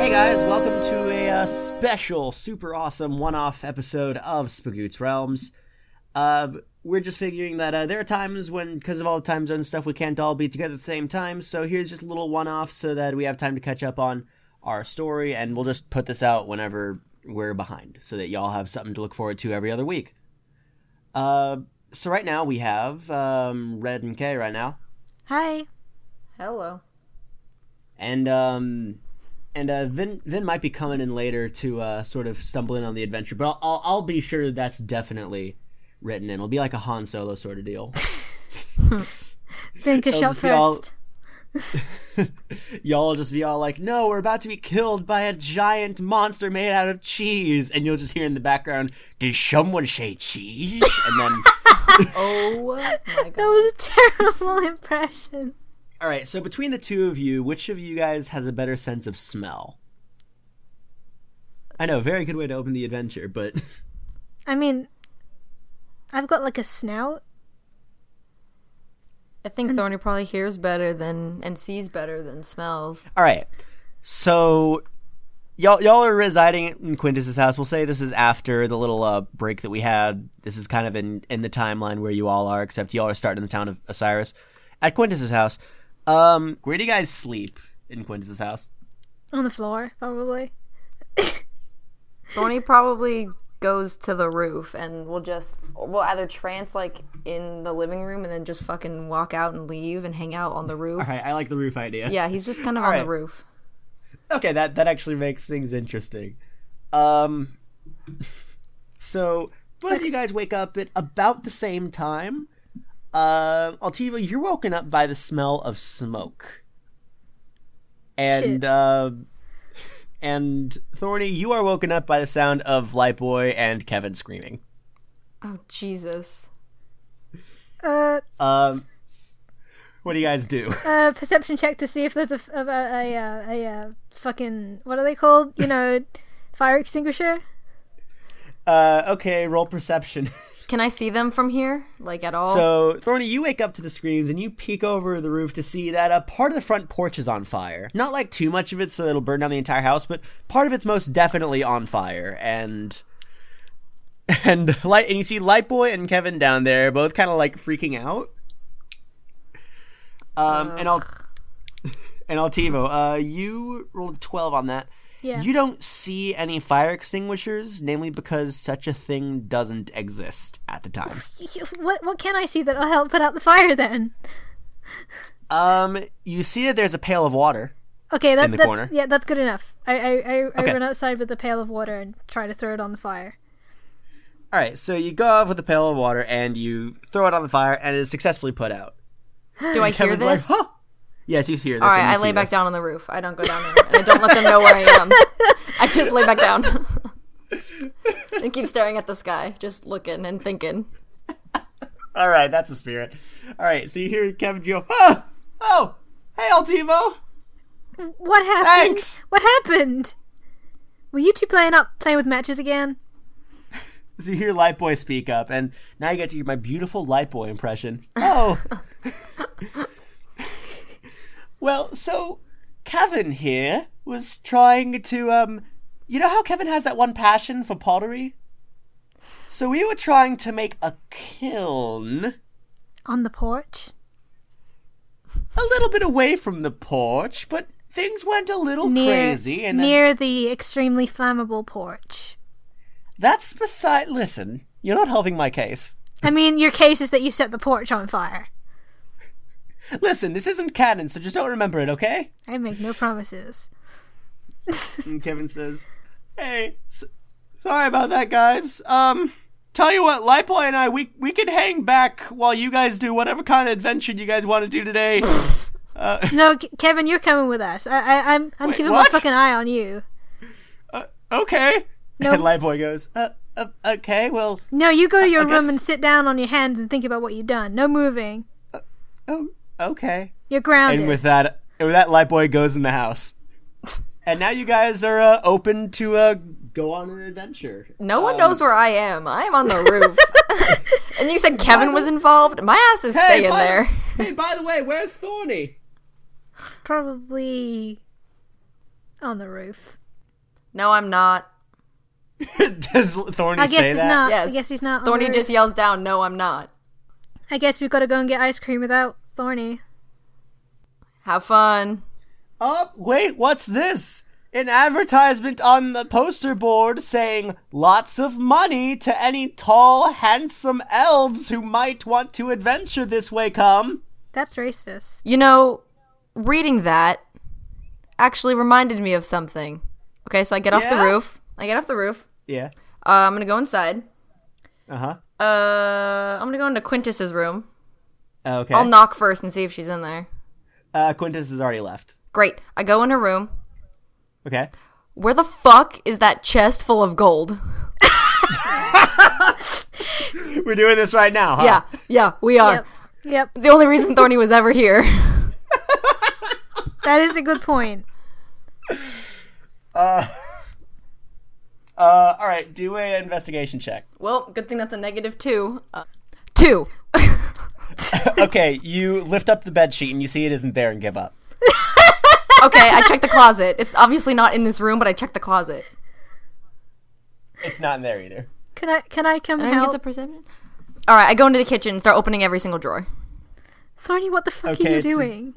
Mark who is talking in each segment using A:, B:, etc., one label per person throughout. A: welcome to a uh, special, super awesome one-off episode of Spagoot's Realms. Uh, we're just figuring that uh, there are times when, because of all the time zone stuff, we can't all be together at the same time. So here's just a little one-off so that we have time to catch up on our story, and we'll just put this out whenever we're behind, so that y'all have something to look forward to every other week. Uh, so right now we have um, Red and Kay right now,
B: Hi.
C: Hello.
A: and um, and uh, Vin Vin might be coming in later to uh, sort of stumble in on the adventure, but I'll, I'll I'll be sure that's definitely written in. It'll be like a Han Solo sort of deal.
B: Think a
A: I'll
B: shot
A: just be all-
B: first.
A: y'all will just be all like, "No, we're about to be killed by a giant monster made out of cheese," and you'll just hear in the background, "Did someone say cheese?" and then.
C: Oh my
B: That
C: god.
B: was a terrible impression.
A: All right, so between the two of you, which of you guys has a better sense of smell? I know, very good way to open the adventure, but
B: I mean, I've got like a snout.
C: I think Thorny probably hears better than and sees better than smells.
A: all right. So y'all y'all are residing in Quintus's house. We'll say this is after the little uh, break that we had. This is kind of in in the timeline where you all are, except y'all are starting in the town of Osiris at Quintus's house. Um, where do you guys sleep in Quintus's house?
B: On the floor, probably.
C: Thorny probably goes to the roof and will just will either trance like in the living room and then just fucking walk out and leave and hang out on the roof.
A: All right, I like the roof idea.
C: Yeah, he's just kind of on
A: right.
C: the roof.
A: okay that that actually makes things interesting um so both of you guys wake up at about the same time uh, altiva you're woken up by the smell of smoke and
B: Shit.
A: uh and thorny you are woken up by the sound of lightboy and kevin screaming
C: Oh Jesus.
B: Uh,
A: um what do you guys do
B: uh, perception check to see if there's a f- of a a, uh, a, uh fucking what are they called? You know, fire extinguisher.
A: uh okay roll perception
C: Can I see them from here? Like at all?
A: So, Thorny, you wake up to the screams and you peek over the roof to see that a part of the front porch is on fire. Not like too much of it, so it'll burn down the entire house, but part of it's most definitely on fire. And and light and you see Lightboy and Kevin down there, both kind of like freaking out. Um, and I'll and Altivo, uh, you rolled twelve on that.
B: Yeah.
A: You don't see any fire extinguishers, namely because such a thing doesn't exist at the time.
B: What what can I see that'll help put out the fire then?
A: Um, you see that there's a pail of water.
B: Okay, that,
A: In the
B: that's
A: corner.
B: yeah, that's good enough. I I, I,
A: Okay.
B: I run outside with a pail of water and try to throw it on the fire.
A: All right, so you go off with a pail of water and you throw it on the fire, and it is successfully put out.
C: Do I hear
A: Kevin's like,
C: this?
A: "Huh." Yes, you hear this.
C: All
A: and
C: right, I
A: you
C: lay
A: see
C: back
A: this.
C: down on the roof. I don't go down there. I don't let them know where I am. I just lay back down and keep staring at the sky, just looking and thinking.
A: All right, that's the spirit. All right, so you hear Kevin you go, oh, oh, hey, Altivo.
B: What happened?
A: Thanks.
B: What happened? Were you two playing up playing with matches again?
A: So you hear Lightboy speak up, and now you get to hear my beautiful Lightboy impression. Oh. well, so Kevin here was trying to um you know how Kevin has that one passion for pottery? So we were trying to make a kiln
B: On the porch?
A: a little bit away from the porch, but things went a little crazy and then
B: near the extremely flammable porch.
A: that's beside listen, you're not helping my case.
B: I mean, your case is that you set the porch on fire.
A: Listen, this isn't canon, so just don't remember it, okay?
B: I make no promises.
A: And Kevin says, "Hey, s- sorry about that, guys. Um, tell you what, Lightboy and I, we we can hang back while you guys do whatever kind of adventure you guys want to do today.
B: No, K- Kevin, you're coming with us. I, I, I'm, I'm
A: Wait,
B: keeping
A: what?
B: my fucking eye on you.
A: okay."
B: No.
A: And Lightboy goes, "Uh, uh okay, well,
B: No, you go to your
A: I
B: room and
A: guess-
B: sit down on your hands and think about what you've done. No moving.
A: oh, okay."
B: You're grounded.
A: And with that, and with that, Lightboy goes in the house. And now you guys are uh, open to uh, go on an adventure.
C: No one knows
A: Um,
C: where I am. I am on the roof. and you said Kevin was involved? My ass is staying
A: by the-
C: there.
A: hey, by the way, where's Thorny?
B: Probably on the roof.
C: No, I'm not.
A: Does Thorny
B: I guess
A: say
B: he's
A: that?
B: not.
C: Yes.
B: Uh, I guess he's not.
C: Thorny
B: on
C: just
B: Earth.
C: yells down, "No, I'm not."
B: I guess we've got to go and get ice cream without Thorny.
C: Have fun.
A: Oh, wait, what's this? An advertisement on the poster board saying lots of money to any tall, handsome elves who might want to adventure this way come.
B: That's racist.
C: You know, reading that actually reminded me of something. Okay, so I get off
A: Yeah?
C: the roof. I get off the roof.
A: Yeah.
C: Uh, I'm gonna go inside.
A: Uh huh.
C: Uh, I'm gonna go into Quintus's room.
A: Uh, Okay.
C: I'll knock first and see if she's in there.
A: uh, Quintus has already left.
C: Great. I go in her room.
A: Okay.
C: Where the fuck is that chest full of gold?
A: We're doing this right now, huh?
C: Yeah, yeah, we are.
B: Yep. Yep.
C: It's the only reason Thorny was ever here.
B: That is a good point.
A: Uh, all right, do an investigation check.
C: well, good thing that's a negative two. Uh, two.
A: okay, you lift up the bed sheet and you see it isn't there and give up.
C: okay, I checked the closet. It's obviously not in this room, but I checked the closet.
A: It's not in there either.
B: Can I can I come
C: I
B: help?
C: get the perception. All right, I go into the kitchen and start opening every single drawer.
B: Thorny, what the fuck
A: Okay,
B: are you
A: it's a-
B: doing?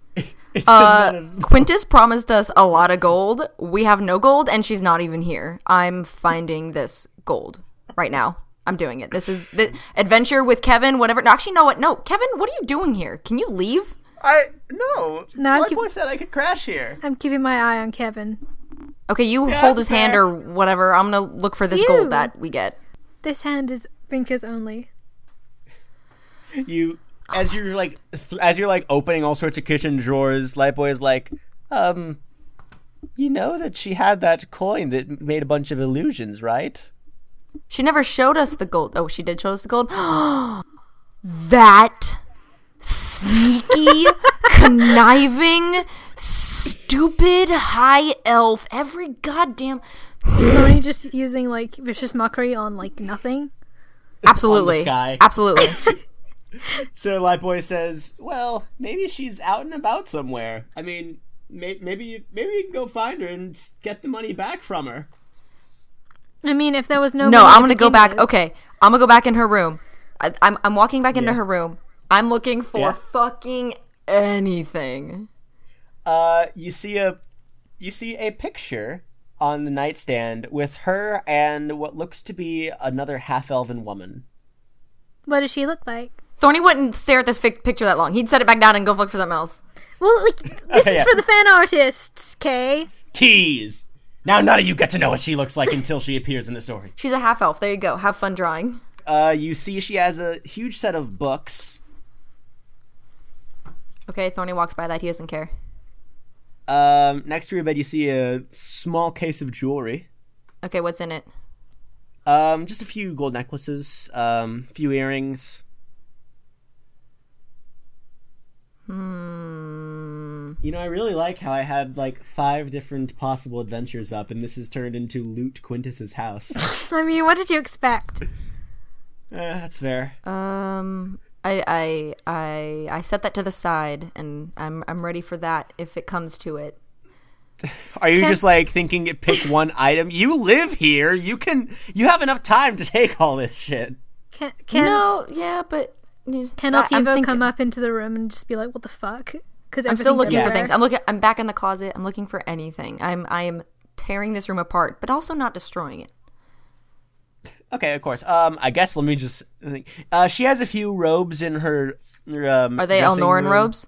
A: It's none
C: Uh,
A: of
C: Quintus promised us a lot of gold. We have no gold, and she's not even here. I'm finding this gold right now. I'm doing it. This is the adventure with Kevin. Whatever. No, actually, no. What? No, Kevin. What are you doing here? Can you leave?
A: I no.
B: No, I'm
A: Black
B: keep-
A: boy said I could crash here.
B: I'm keeping my eye on Kevin.
C: Okay, you
A: Yeah,
C: hold
A: that's
C: his hand
A: fair.
C: or whatever. I'm gonna look for this
B: Ew.
C: gold that we get.
B: This hand is Binker's only.
A: You as you're like th- as you're like opening all sorts of kitchen drawers, Lightboy is like, um, you know that she had that coin that made a bunch of illusions, right?
C: She never showed us the gold. Oh, she did show us the gold. that sneaky, conniving, stupid high elf. Every goddamn.
B: Is Thorny just using like vicious mockery on like nothing?
C: Absolutely.
A: sky.
C: Absolutely.
A: So Lightboy says, well, maybe she's out and about somewhere. I mean, may- maybe you- maybe you can go find her and s- get the money back from her.
B: I mean, if there was no
A: Oh
C: no,
B: money
C: I'm
B: to
C: gonna go
B: begin
C: back.
B: with-
C: Okay, I'm gonna go back in her room. I, I'm I'm walking back into
A: Yeah.
C: her room. I'm looking for
A: Yeah.
C: fucking anything.
A: Uh, you see a you see a picture on the nightstand with her and what looks to be another half-elven woman.
B: What does she look like?
C: Thorny wouldn't stare at this fic- picture that long. He'd set it back down and go look for something else.
B: Well, like this
A: Okay,
B: is
A: yeah.
B: for the fan artists, Kay.
A: Tease. Now none of you get to know what she looks like until she appears in the story.
C: She's a half elf. There you go. Have fun drawing.
A: Uh, you see, she has a huge set of books.
C: Okay, Thorny walks by that. He doesn't care.
A: Um, next to her bed, you see a small case of jewelry.
C: Okay, what's in it?
A: Um, just a few gold necklaces, um, a few earrings. Hmm. You know, I really like how I had like five different possible adventures up, and this has turned into loot Quintus's house.
B: I mean, what did you expect?
A: Eh, that's fair.
C: Um, I, I, I, I set that to the side, and I'm, I'm ready for that if it comes to it.
A: Are you just like thinking it pick one item? You live here. You can you have enough time to take all this shit.
B: Can can
C: No, yeah, but
B: can
C: that- I'm
B: Altivo
C: thinking-
B: come up into the room and just be like, "What the fuck"? Because
C: I'm still looking for things. I'm looking. I'm back in the closet. I'm looking for anything. I'm, I am tearing this room apart, but also not destroying it.
A: Okay, of course. Um I guess let me just think. Uh she has a few robes in her, her, um
C: Are they
A: dressing
C: Elnoran
A: room.
C: robes?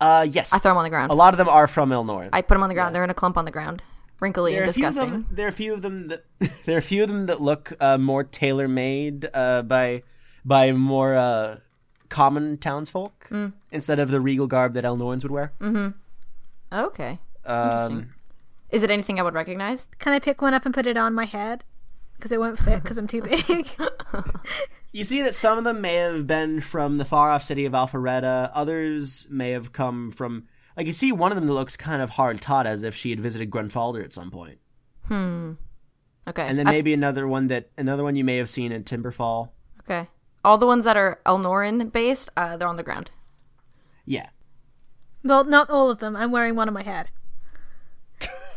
A: Uh yes.
C: I throw them on the ground.
A: a lot of them are from Elnoran.
C: I put them on the ground. They're in a clump on the ground, wrinkly
A: there
C: and
A: are, a few of
C: disgusting.
A: them, there are a few of them that there are a few of them that look uh, more tailor made uh, by by more uh, common townsfolk
C: Mm.
A: instead of the regal garb that Elnorans would wear.
C: Okay.
A: Um,
C: Is it anything I would recognize?
B: Can I pick one up and put it on my head? Because it won't fit because I'm too big.
A: You see that some of them may have been from the far off city of Alpharetta. Others may have come from. Like, you see one of them that looks kind of hard taught as if she had visited Grunfalder at some point.
C: Okay.
A: And then
C: I-
A: maybe another one that. Another one you may have seen in Timberfall.
C: okay. All the ones that are Elnoran based, uh, they're on the ground.
A: Yeah.
B: well, not all of them. I'm wearing one on my head.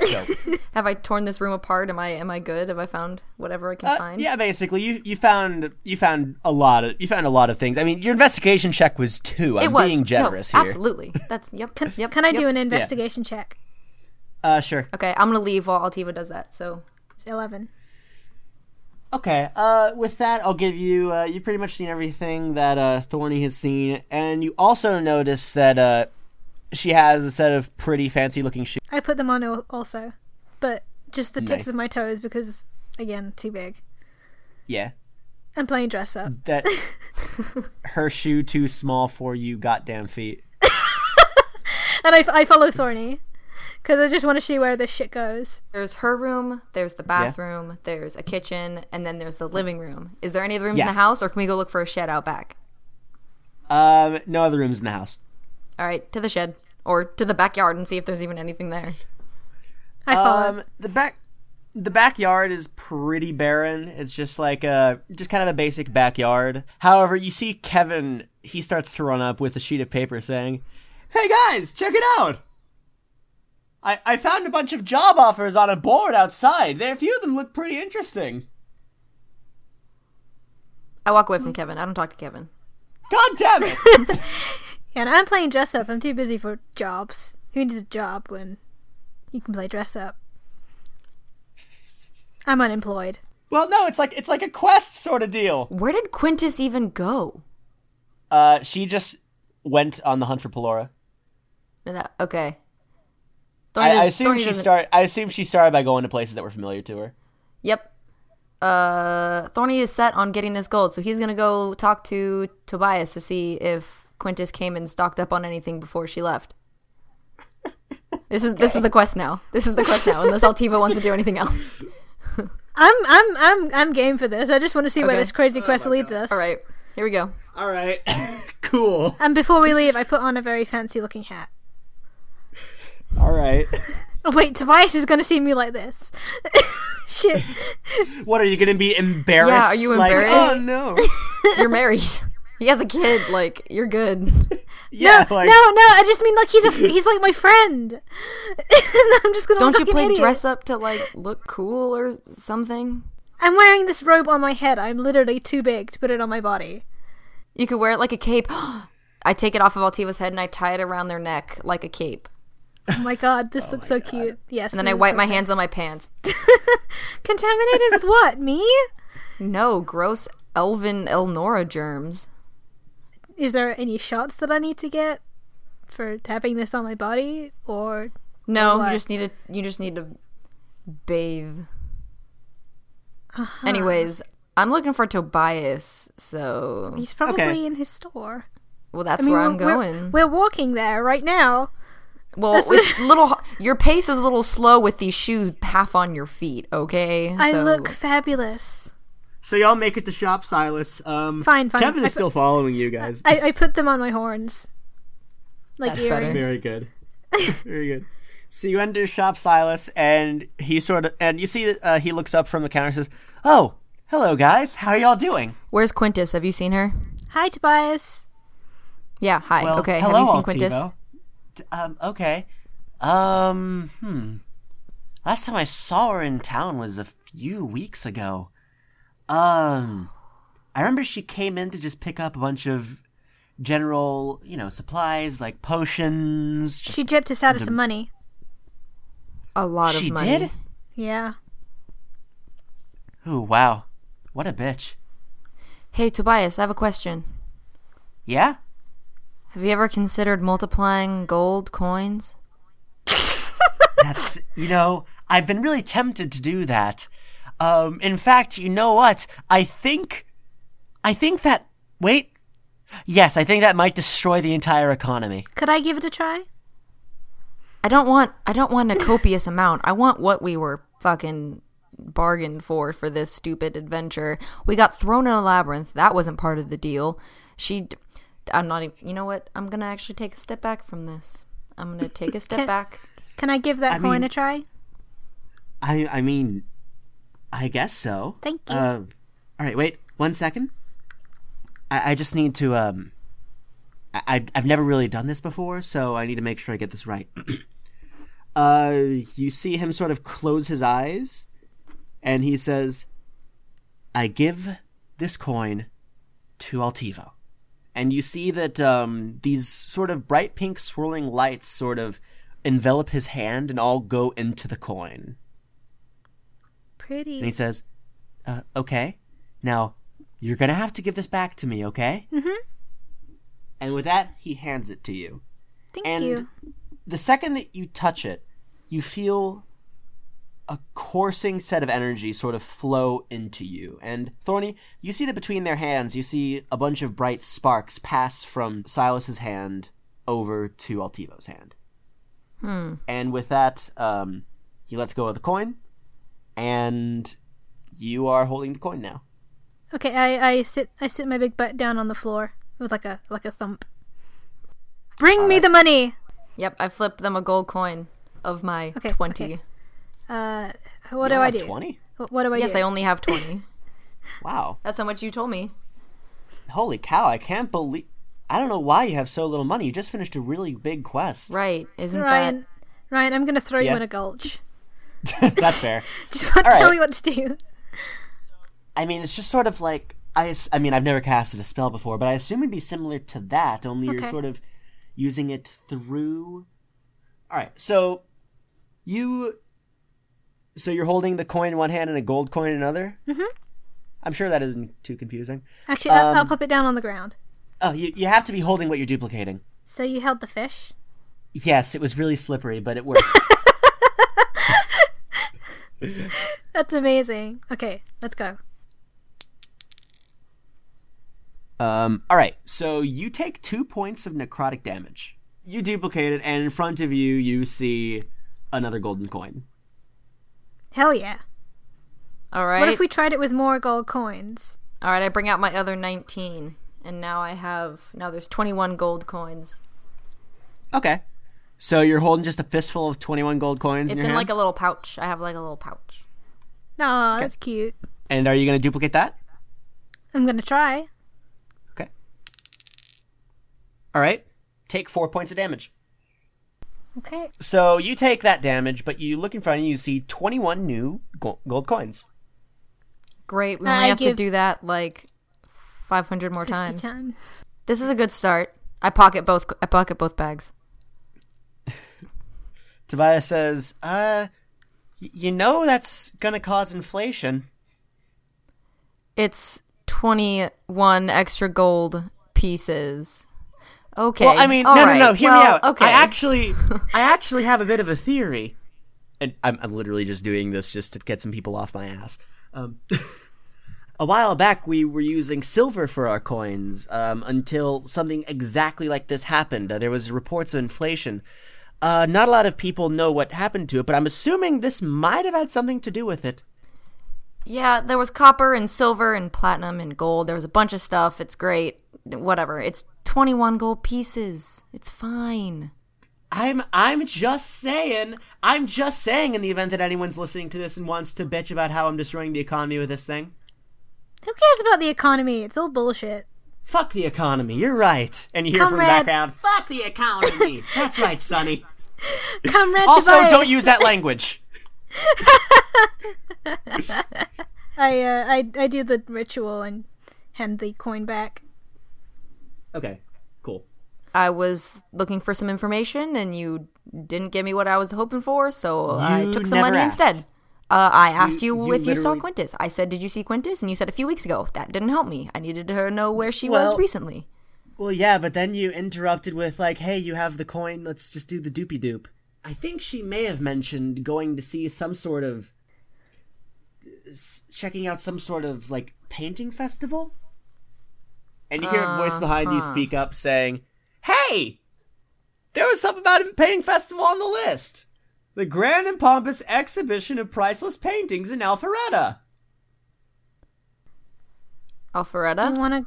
A: So,
C: Have I torn this room apart? Am I am I good? Have I found whatever I can
A: uh,
C: find?
A: yeah, basically, you you found you found a lot of you found a lot of things. I mean, your investigation check was two. I'm
C: It was
A: being
C: No,
A: generous here.
C: Absolutely. That's yep.
B: Can,
C: yep.
B: can I
C: yep.
B: do an investigation check?
A: Uh, sure.
C: Okay, I'm gonna leave while Altiva does that. So
B: It's Eleven.
A: Okay. Uh, with that, I'll give you. Uh, you pretty much seen everything that uh, Thorny has seen, and you also notice that uh, she has a set of pretty fancy-looking shoes.
B: I put them on al- also, but just the tips
A: Nice.
B: of my toes because again, too big.
A: Yeah,
B: I'm playing dress up.
A: that her shoe too small for you, goddamn feet.
B: And I, f- I follow Thorny because I just want to see where this shit goes.
C: there's her room, there's the bathroom, there's a kitchen, and then there's the living room. Is there any other rooms
A: Yeah.
C: in the house, or can we go look for a shed out back?
A: Um, no other rooms in the house.
C: All right, to the shed or to the backyard and see if there's even anything there.
B: I follow.
A: Um, the back, the backyard is pretty barren. It's just like a, just kind of a basic backyard. However, you see Kevin. He starts to run up with a sheet of paper saying, "Hey guys, check it out! I I found a bunch of job offers on a board outside. There, a few of them look pretty interesting.
C: I walk away from Kevin. I don't talk to Kevin.
A: God damn it!
B: and I'm playing dress up. I'm too busy for jobs. Who needs a job when you can play dress up? I'm unemployed.
A: well, no, it's like it's like a quest sort of deal.
C: Where did Quintus even go?
A: Uh, she just went on the hunt for Pelora.
C: No, that- okay. Thorny
A: I, I
C: doesn't-
A: assume
C: Thorny
A: she
C: doesn't-
A: start. I assume she started by going to places that were familiar to her.
C: Yep. Uh, Thorny is set on getting this gold, so he's gonna go talk to Tobias to see if Quintus came and stocked up on anything before she left. This is this is the quest now. This is the quest now. Unless Altiva wants to do anything else.
B: I'm I'm I'm I'm game for this. I just want to see where
C: Okay.
B: this crazy quest leads us.
C: All right, here we go.
A: All right, cool.
B: And before we leave, I put on a very fancy looking hat.
A: All right.
B: Oh, wait, Tobias is going to see me like this. Shit.
A: What are you gonna be embarrassed?
C: Yeah, are you
A: Like, oh
C: embarrassed?
A: no.
C: You're married. He has a kid. Like you're good.
A: Yeah, like
B: no, no. I just mean like he's a he's like my friend. I'm just gonna.
C: Don't
B: look
C: you
B: like an
C: play
B: idiot.
C: dress up to like look cool or something?
B: I'm wearing this robe on my head. I'm literally too big to put it on my body.
C: You could wear it like a cape. I take it off of Altiva's head and I tie it around their neck like a cape.
B: Oh my god, this looks so cute. Yes.
C: And then I wipe my hands on my pants.
B: Contaminated with what? Me?
C: No, gross elven Elnora germs.
B: Is there any shots that I need to get for having this on my body? Or
C: No,
B: what?
C: you just need to you just need to bathe.
B: Uh-huh.
C: Anyways, I'm looking for Tobias, so
B: he's probably
A: Okay.
B: in his store.
C: well that's
B: I mean,
C: where I'm
B: we're- we're-
C: going.
B: We're, walking there right now.
C: well, it's a little har- your pace is a little slow with these shoes half on your feet, okay?
B: I
C: So-
B: look fabulous.
A: So y'all make it to Shop Silas. Um
B: Fine, fine.
A: Kevin
B: I-
A: is still following you guys.
B: I, I put them on my horns. Like
C: That's better.
B: earrings.
A: Very good. Very good. So you enter Shop Silas and he sort of and you see that uh, he looks up from the counter and says, "Oh, hello guys. How are y'all doing?"
C: Where's Quintus? Have you seen her?
B: Hi, Tobias.
C: Yeah, hi.
A: Well,
C: okay,
A: hello,
C: have you seen
A: Altivo.
C: Quintus?
A: D- Um, okay. Um, hmm. Last time I saw her in town was a few weeks ago. Um, I remember she came in to just pick up a bunch of general, you know, supplies like potions. Just-
B: She gypped us out of some money.
C: A lot
A: she
C: of money.
A: did?
B: Yeah.
A: Ooh, wow. What a bitch.
C: Hey Tobias, I have a question.
A: Yeah?
C: Have you ever considered multiplying gold coins?
A: That's, you know, I've been really tempted to do that. Um, in fact, you know what? I think, I think that, wait. Yes, I think that might destroy the entire economy.
B: Could I give it a try?
C: I don't want I don't want a copious amount. I want what we were fucking bargained for for this stupid adventure. We got thrown in a labyrinth. That wasn't part of the deal. She d- I'm not even You know what? I'm going to actually take a step back from this. I'm going to take a step
B: Can-
C: back.
B: Can I give that
A: I
B: coin
A: mean-
B: a try?
A: I, I mean, I guess so.
B: Thank you.
A: Um, all right, wait one second. I, I just need to, um, I, I- I've never really done this before, so I need to make sure I get this right. uh, you see him sort of close his eyes, and he says, "I give this coin to Altivo," and you see that um, these sort of bright pink swirling lights sort of envelop his hand and all go into the coin.
B: Pretty.
A: And he says, uh, "Okay, now you're gonna have to give this back to me, okay?" Mm-hmm. And with that, he hands it to you.
B: Thank
A: and
B: you.
A: the second that you touch it, you feel a coursing set of energy sort of flow into you. And Thorny, you see that between their hands, you see a bunch of bright sparks pass from Silas's hand over to Altivo's hand. Hmm. And with that, um, he lets go of the coin, and you are holding the coin now.
B: Okay, I, I sit I sit my big butt down on the floor with like a like a thump. Bring me the money.
C: Yep, I flipped them a gold coin of my
B: Okay, Oh,
C: 20.
B: okay. Uh, what
A: You
B: do I
A: have
B: do?
A: 20?
B: Wh- What do I
C: Yes,
B: do?
C: I only have 20.
A: Wow.
C: That's how much you told me.
A: Holy cow, I can't believe. I don't know why you have so little money. You just finished a really big quest.
C: Right. Isn't
B: Ryan,
C: that
B: Ryan, I'm gonna throw
A: Yeah.
B: you in a gulch.
A: That's fair.
B: Just want
A: All
B: tell
A: right.
B: me what to do.
A: I mean, it's just sort of like I. ass- I mean, I've never casted a spell before, but I assume it'd be similar to that. Only you're
B: Okay.
A: sort of using it through. All right, so you. So you're holding the coin in one hand and a gold coin in another. Mm-hmm. I'm sure that isn't too confusing.
B: Actually, I'll, I'll pop it down on the ground.
A: Oh, you you have to be holding what you're duplicating.
B: So you held the fish.
A: Yes, it was really slippery, but it worked.
B: That's amazing. Okay, let's go.
A: Um, all right, so you take two points of necrotic damage. You duplicate it, and in front of you, you see another golden coin.
B: Hell yeah.
C: All right.
B: What if we tried it with more gold coins?
C: All right, I bring out my other 19 and now I have now there's 21 gold coins.
A: Okay. So you're holding just a fistful of 21 gold coins
C: It's
A: in
C: in
A: your hand?
C: like a little pouch. I have like a little pouch.
B: Aw, that's cute.
A: and are you going to duplicate that?
B: I'm gonna try.
A: Okay. All right. Take four points of damage.
B: Okay.
A: So you take that damage, but you look in front of you, you see 21 new go- gold coins.
C: Great. We only
B: I
C: have to
B: give-
C: do that like 500 more
B: 50
C: times.
B: times.
C: This is a good start. I pocket both I pocket both bags.
A: Tobias says, uh, y- you know that's going to cause inflation.
C: It's 21 extra gold pieces. Okay.
A: Well, I mean,
C: All
A: no,
C: right.
A: no, no. Hear me
C: Well,
A: out.
C: Okay.
A: I actually, I actually have a bit of a theory, and I'm, I'm literally just doing this just to get some people off my ass. Um, a while back, we were using silver for our coins um, until something exactly like this happened. Uh, there was reports of inflation. Uh, not a lot of people know what happened to it, but I'm assuming this might have had something to do with it.
C: Yeah, there was copper and silver and platinum and gold. There was a bunch of stuff. It's great. Whatever. It's 21 gold pieces. It's fine.
A: I'm I'm just saying I'm just saying in the event that anyone's listening to this and wants to bitch about how I'm destroying the economy with this thing.
B: Who cares about the economy? It's all bullshit.
A: Fuck the economy. You're right. And you hear from the
B: Comrade.
A: background, fuck the economy. That's right, Sonny.
B: Comrade
A: Also,
B: Tobias.
A: don't use that language.
B: I, uh, I I do the ritual and hand the coin back.
A: Okay, cool.
C: I was looking for some information and you didn't give me what I was hoping for, so I
A: You
C: took some
A: never
C: money
A: asked.
C: instead. Uh, I asked you,
A: you
C: if you saw
A: literally-
C: Quintus. I said, "Did you see Quintus?" And you said a few weeks ago. That didn't help me. I needed to know where she
A: Well-
C: was recently.
A: Well, yeah, but then you interrupted with, like, hey, you have the coin, let's just do the doopy doop. I think she may have mentioned going to see some sort of. s- checking out some sort of, like, painting festival? And you hear a voice behind you speak up saying, hey! There was something about a painting festival on the list! The grand and pompous exhibition of priceless paintings in Alpharetta!
B: You
C: Alpharetta.
B: wanna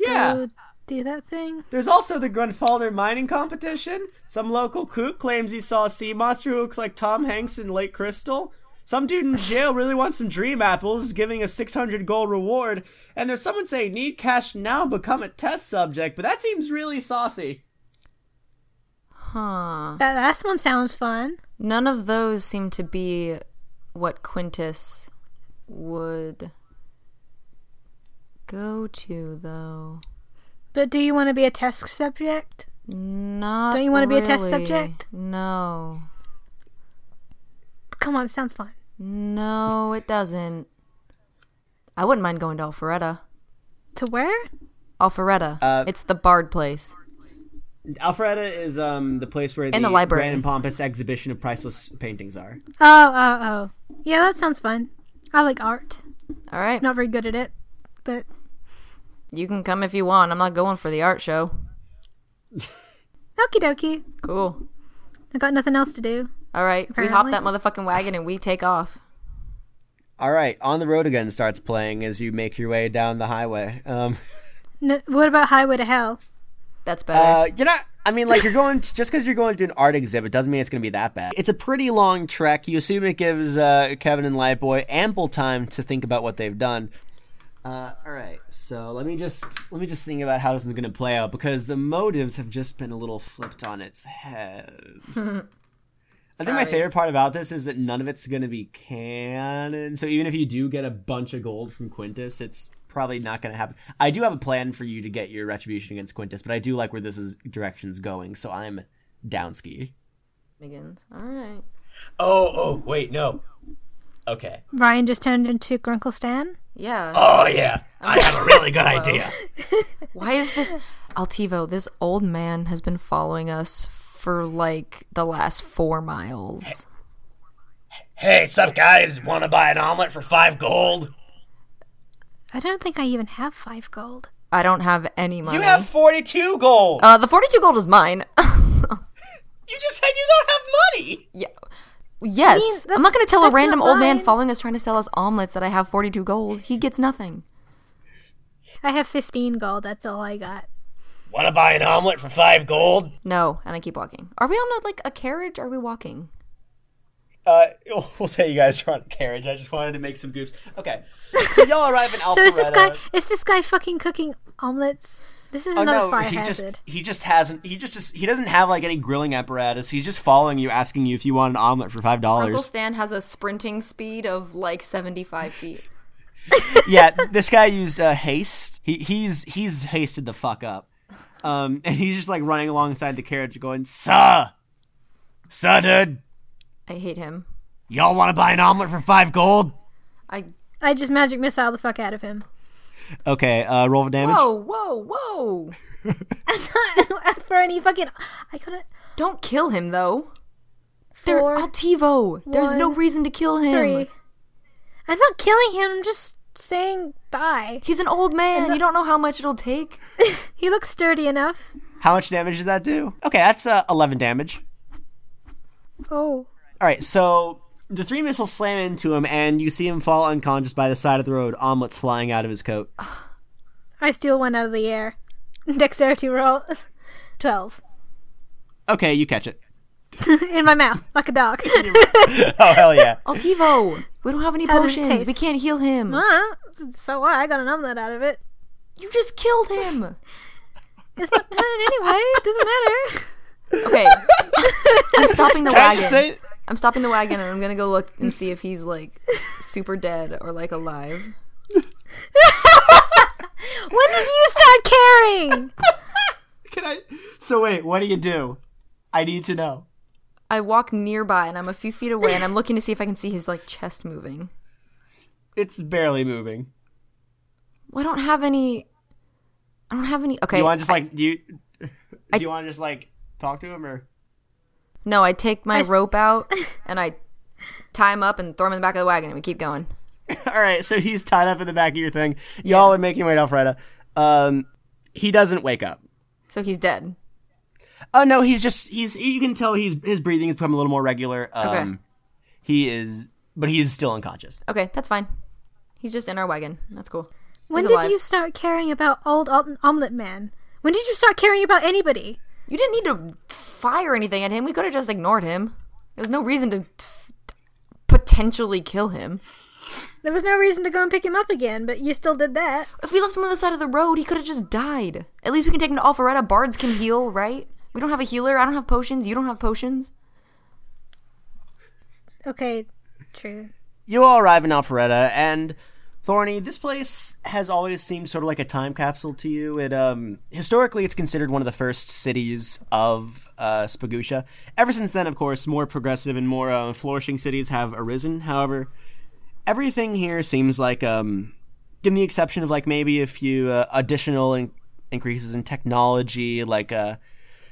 A: Yeah!
B: go do that thing?
A: There's also the Grunfalder mining competition. Some local kook claims he saw a sea monster who looked like Tom Hanks in Lake Crystal. Some dude in jail really wants some dream apples, giving a 600 gold reward. And there's someone saying, need cash now, become a test subject, but that seems really saucy.
C: Huh.
B: That last one sounds fun.
C: None of those seem to be what Quintus would go to, though.
B: But do you want to be a test subject?
C: Not.
B: Don't you wanna be a test
C: really.
B: subject?
C: No.
B: Come on, it sounds fun.
C: No, it doesn't. I wouldn't mind going to Alpharetta.
B: To where?
C: Alpharetta.
A: Uh,
C: it's the Bard place.
A: Alpharetta is um, the place where
C: the library.
A: grand and pompous exhibition of priceless paintings are.
B: Oh, oh, oh. Yeah, that sounds fun. I like art.
C: All right.
B: Not very good at it, but
C: You can come if you want. I'm not going for the art show.
B: okie dokie.
C: Cool.
B: I got nothing else to do.
C: All right. We
B: Apparently.
C: hop that motherfucking wagon and we take off.
A: All right, on the road again starts playing as you make your way down the highway. Um,
B: No, what about Highway to Hell?
C: That's better.
A: uh, you're not. I mean, like you're going just because you're going to an art exhibit doesn't mean it's going to be that bad. It's a pretty long trek. You assume it gives uh, Kevin and Lightboy ample time to think about what they've done. Uh, all right, so let me just let me just think about how this is going to play out because the motives have just been a little flipped on its head. I think my
C: Sorry.
A: favorite part about this is that none of it's going to be canon. So even if you do get a bunch of gold from Quintus, it's probably not going to happen. I do have a plan for you to get your retribution against Quintus, but I do like where this is direction's going, so I'm downski.
C: Begins. All right.
A: Oh, oh, wait, no. Okay.
B: Ryan just turned into Grunkle Stan.
C: Yeah.
A: Oh yeah, I have a really good idea.
C: Why is this Altivo? This old man has been following us for like the last four miles.
A: Hey, sup guys? Want to buy an omelet for five gold?
B: I don't think I even have five gold.
C: I don't have any money.
A: You have forty-two gold.
C: uh, the forty-two gold is mine.
A: you just said you don't have money.
C: yeah. Yes,
B: that's-
C: I'm not going to tell a
B: that's not
C: random old man
B: mine.
C: following us trying to sell us omelets that I have 42 gold. He gets nothing.
B: I have 15 gold. That's all I got.
A: Want to buy an omelet for five gold?
C: No, and I keep walking. Are we on a, like a carriage? Are we walking?
A: Uh, we'll say you guys are on a carriage. I just wanted to make some goofs. Okay, so y'all arrive in Alpharetta.
B: So is this guy? Is this guy fucking cooking omelets? This is
A: Oh
B: another
A: no,
B: fire
A: he
B: hazard.
A: just he just hasn't he just he doesn't have like any grilling apparatus. He's just following you, asking you if you want an omelet for five
C: Uncle
A: dollars.
C: Stan has a sprinting speed of like 75 feet.
A: yeah, this guy used uh, haste. He he's he's hasted the fuck up, um, and he's just like running alongside the carriage, going, "Suh, suh, dude,
C: I hate him.
A: y'all want to buy an omelet for five gold?"
C: I.
B: I just magic missile the fuck out of him.
A: Okay, uh, roll for damage.
C: Whoa, whoa, whoa!
B: For any fucking, I couldn't.
C: Don't kill him though. They're
B: Four,
C: Altivo. There's no
B: one,
C: reason to kill him.
B: three. I'm not killing him. I'm just saying bye.
C: He's an old man. You don't know how much it'll take.
B: He looks sturdy enough.
A: How much damage does that do? Okay, that's uh, eleven damage.
B: Oh,
A: All right, so the three missiles slam into him, and you see him fall unconscious by the side of the road, omelets flying out of his coat.
B: I steal one out of the air. Dexterity roll, twelve
A: Okay, you catch it.
B: in my mouth like a dog.
A: Oh hell yeah!
C: Altivo. We don't have any
B: How does it
C: potions. We
B: taste?
C: can't heal him.
B: Huh? so what? I got an omelet out of it.
C: You just killed him.
B: It's not good anyway. It doesn't matter.
C: Okay. I'm stopping the
A: Can I
C: wagon.
A: just say?
C: I'm stopping the wagon and I'm gonna go look and see if he's like super dead or like alive.
B: When did you start caring?
A: Can I? So wait, what do you do? I need to know.
C: I walk nearby and I'm a few feet away and I'm looking to see if I can see his like chest moving.
A: It's barely moving.
C: Well, I don't have any. I don't have any. Okay.
A: Do you want to just like do you? Do you want to just like talk to him or?
C: No, I take my
B: s-
C: rope out and I tie him up and throw him in the back of the wagon and we keep going.
A: All right, so he's tied up in the back of your thing. Y'all are making your way to Alfreda. Um, he doesn't wake up.
C: So he's dead.
A: Oh no, he's just he's you can tell he's his breathing has become a little more regular. Um,
C: Okay.
A: He is, but he is still unconscious.
C: Okay, that's fine. He's just in our wagon. That's cool.
B: When
C: He's
B: did
C: alive.
B: you start caring about old Om- omelet man? When did you start caring about anybody?
C: You didn't need to fire anything at him. We could have just ignored him. There was no reason to f- potentially kill him.
B: There was no reason to go and pick him up again, but you still did that.
C: If we left him on the side of the road, he could have just died. At least we can take him to Alpharetta. Bards can heal, right? We don't have a healer. I don't have potions. You don't have potions.
B: Okay, true.
A: you all arrive in Alpharetta, and Thorny, this place has always seemed sort of like a time capsule to you. It um, historically, it's considered one of the first cities of uh, Spagusha. Ever since then, of course, more progressive and more uh, flourishing cities have arisen. However, everything here seems like, um, given the exception of like maybe a few uh, additional in- increases in technology, like uh,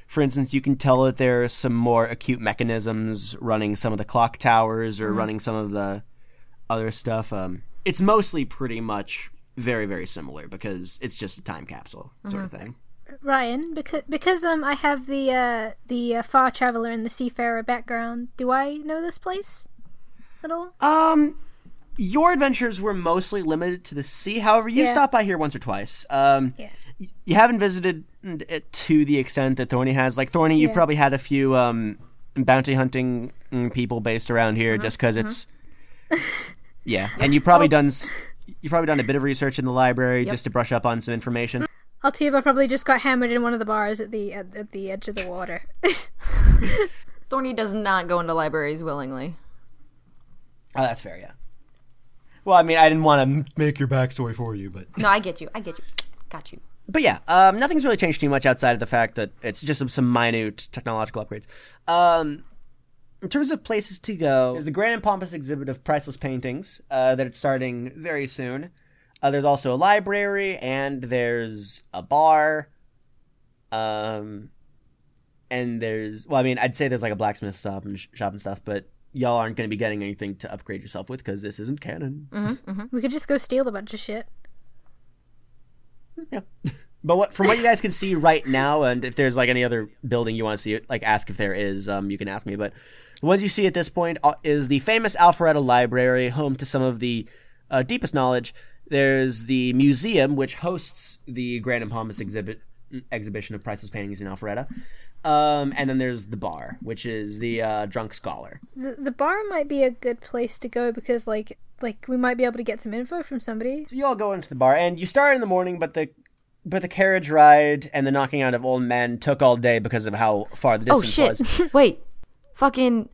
A: for instance, you can tell that there are some more acute mechanisms running some of the clock towers or running some of the other stuff. Um, it's mostly pretty much very, very similar because it's just a time capsule sort of
B: Mm-hmm.
A: thing.
B: Ryan, because because um I have the uh the uh, far traveler and the seafarer background, do I know this place at all?
A: Um, your adventures were mostly limited to the sea. However, you
B: Yeah.
A: stopped by here once or twice. Um,
B: Yeah.
A: y- you haven't visited it to the extent that Thorny has. Like Thorny, you've
B: Yeah.
A: probably had a few um, bounty hunting mm, people based around here,
B: Mm-hmm.
A: just 'cause just because it's. yeah, and you've
B: Oh.
A: probably done. S- You've probably done a bit of research in the library just to brush up on some information.
B: Altiva probably just got hammered in one of the bars at the at, at the edge of the water.
C: Thorny does not go into libraries willingly.
A: Oh, that's fair, yeah. Well, I mean, I didn't want to make your backstory for you, but
C: No, I get you. I get you. Got you.
A: but yeah, um, nothing's really changed too much outside of the fact that it's just some, some minute technological upgrades. Um, in terms of places to go, there's the grand and pompous exhibit of priceless paintings uh, that it's starting very soon. Uh, there's also a library and there's a bar. Um, and there's well, I mean, I'd say there's like a blacksmith shop and sh- shop and stuff, but y'all aren't going to be getting anything to upgrade yourself with because this isn't canon.
B: we could just go steal a bunch of shit.
A: Yeah. But what, from what you guys can see right now, and if there's like any other building you want to see, like ask if there is, um, you can ask me. But the ones you see at this point uh, is the famous Alpharetta Library, home to some of the uh, deepest knowledge. There's the museum, which hosts the Grand and Pompous exhibit exhibition of priceless paintings in Alpharetta. Um, and then there's the bar, which is the uh, Drunk Scholar.
B: The, the bar might be a good place to go because like like we might be able to get some info from somebody.
A: So you all go into the bar, and you start in the morning, but the but the carriage ride and the knocking out of old men took all day because of how far the
C: Oh
A: distance
C: shit!
A: was.
C: Wait, fucking!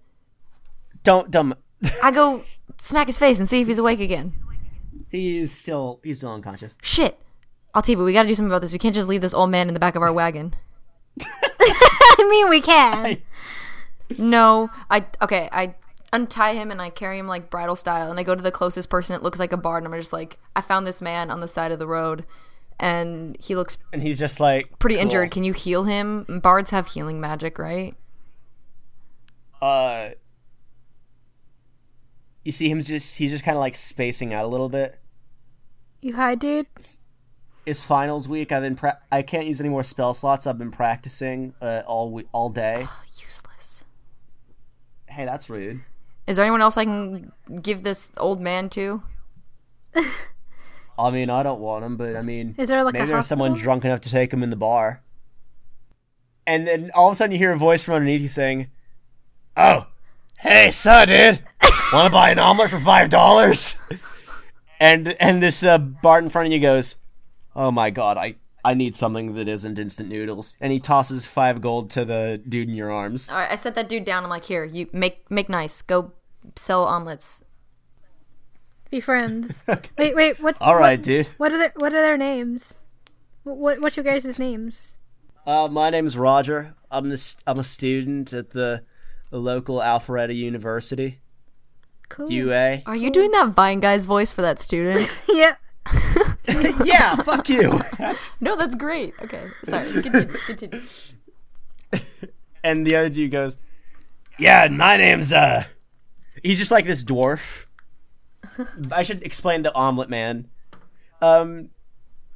A: Don't dumb.
C: I go smack his face and see if he's awake again.
A: He's still he's still unconscious.
C: Shit! Altiva, we gotta do something about this. We can't just leave this old man in the back of our wagon.
B: I mean, we can.
C: No, I okay. I untie him and I carry him like bridal style, and I go to the closest person. It looks like a bar, and I'm just like, I found this man on the side of the road, and he looks
A: And he's just like
C: pretty
A: cool.
C: injured. Can you heal him? Bards have healing magic, right?
A: Uh, you see him just he's just kind of like spacing out a little bit.
B: You hi, dude.
A: It's finals week. I've been pra- I can't use any more spell slots. I've been practicing uh, all we- all day.
C: Useless.
A: Hey, that's rude.
C: Is there anyone else I can give this old man to?
A: I mean, I don't want him, but I mean,
B: Is there, like, a
A: maybe there's someone
B: hospital?
A: drunk enough to take him in the bar? And then all of a sudden, you hear a voice from underneath you saying, "Oh, hey, son, dude, want to buy an omelet for five dollars?" And and this uh, Bart in front of you goes, "Oh my god, I." I need something that isn't instant noodles. And he tosses five gold to the dude in your arms.
C: All right, I set that dude down. I'm like, here, you make make nice. Go sell omelets.
B: Be friends. Wait, wait. What?
A: All right,
B: what-
A: dude.
B: What are their What are their names? What, what What's your guys' names?
A: Uh, my name's Roger. I'm this. I'm a student at the, the local Alpharetta University,
B: Cool.
A: UA.
C: Are you doing that Vine guy's voice for that student?
B: yeah.
A: yeah, fuck you. That's-
C: no, that's great. Okay, sorry. Continue. continue.
A: and the other dude goes, "Yeah, my name's uh." He's just like this dwarf. I should explain the omelet man. Um,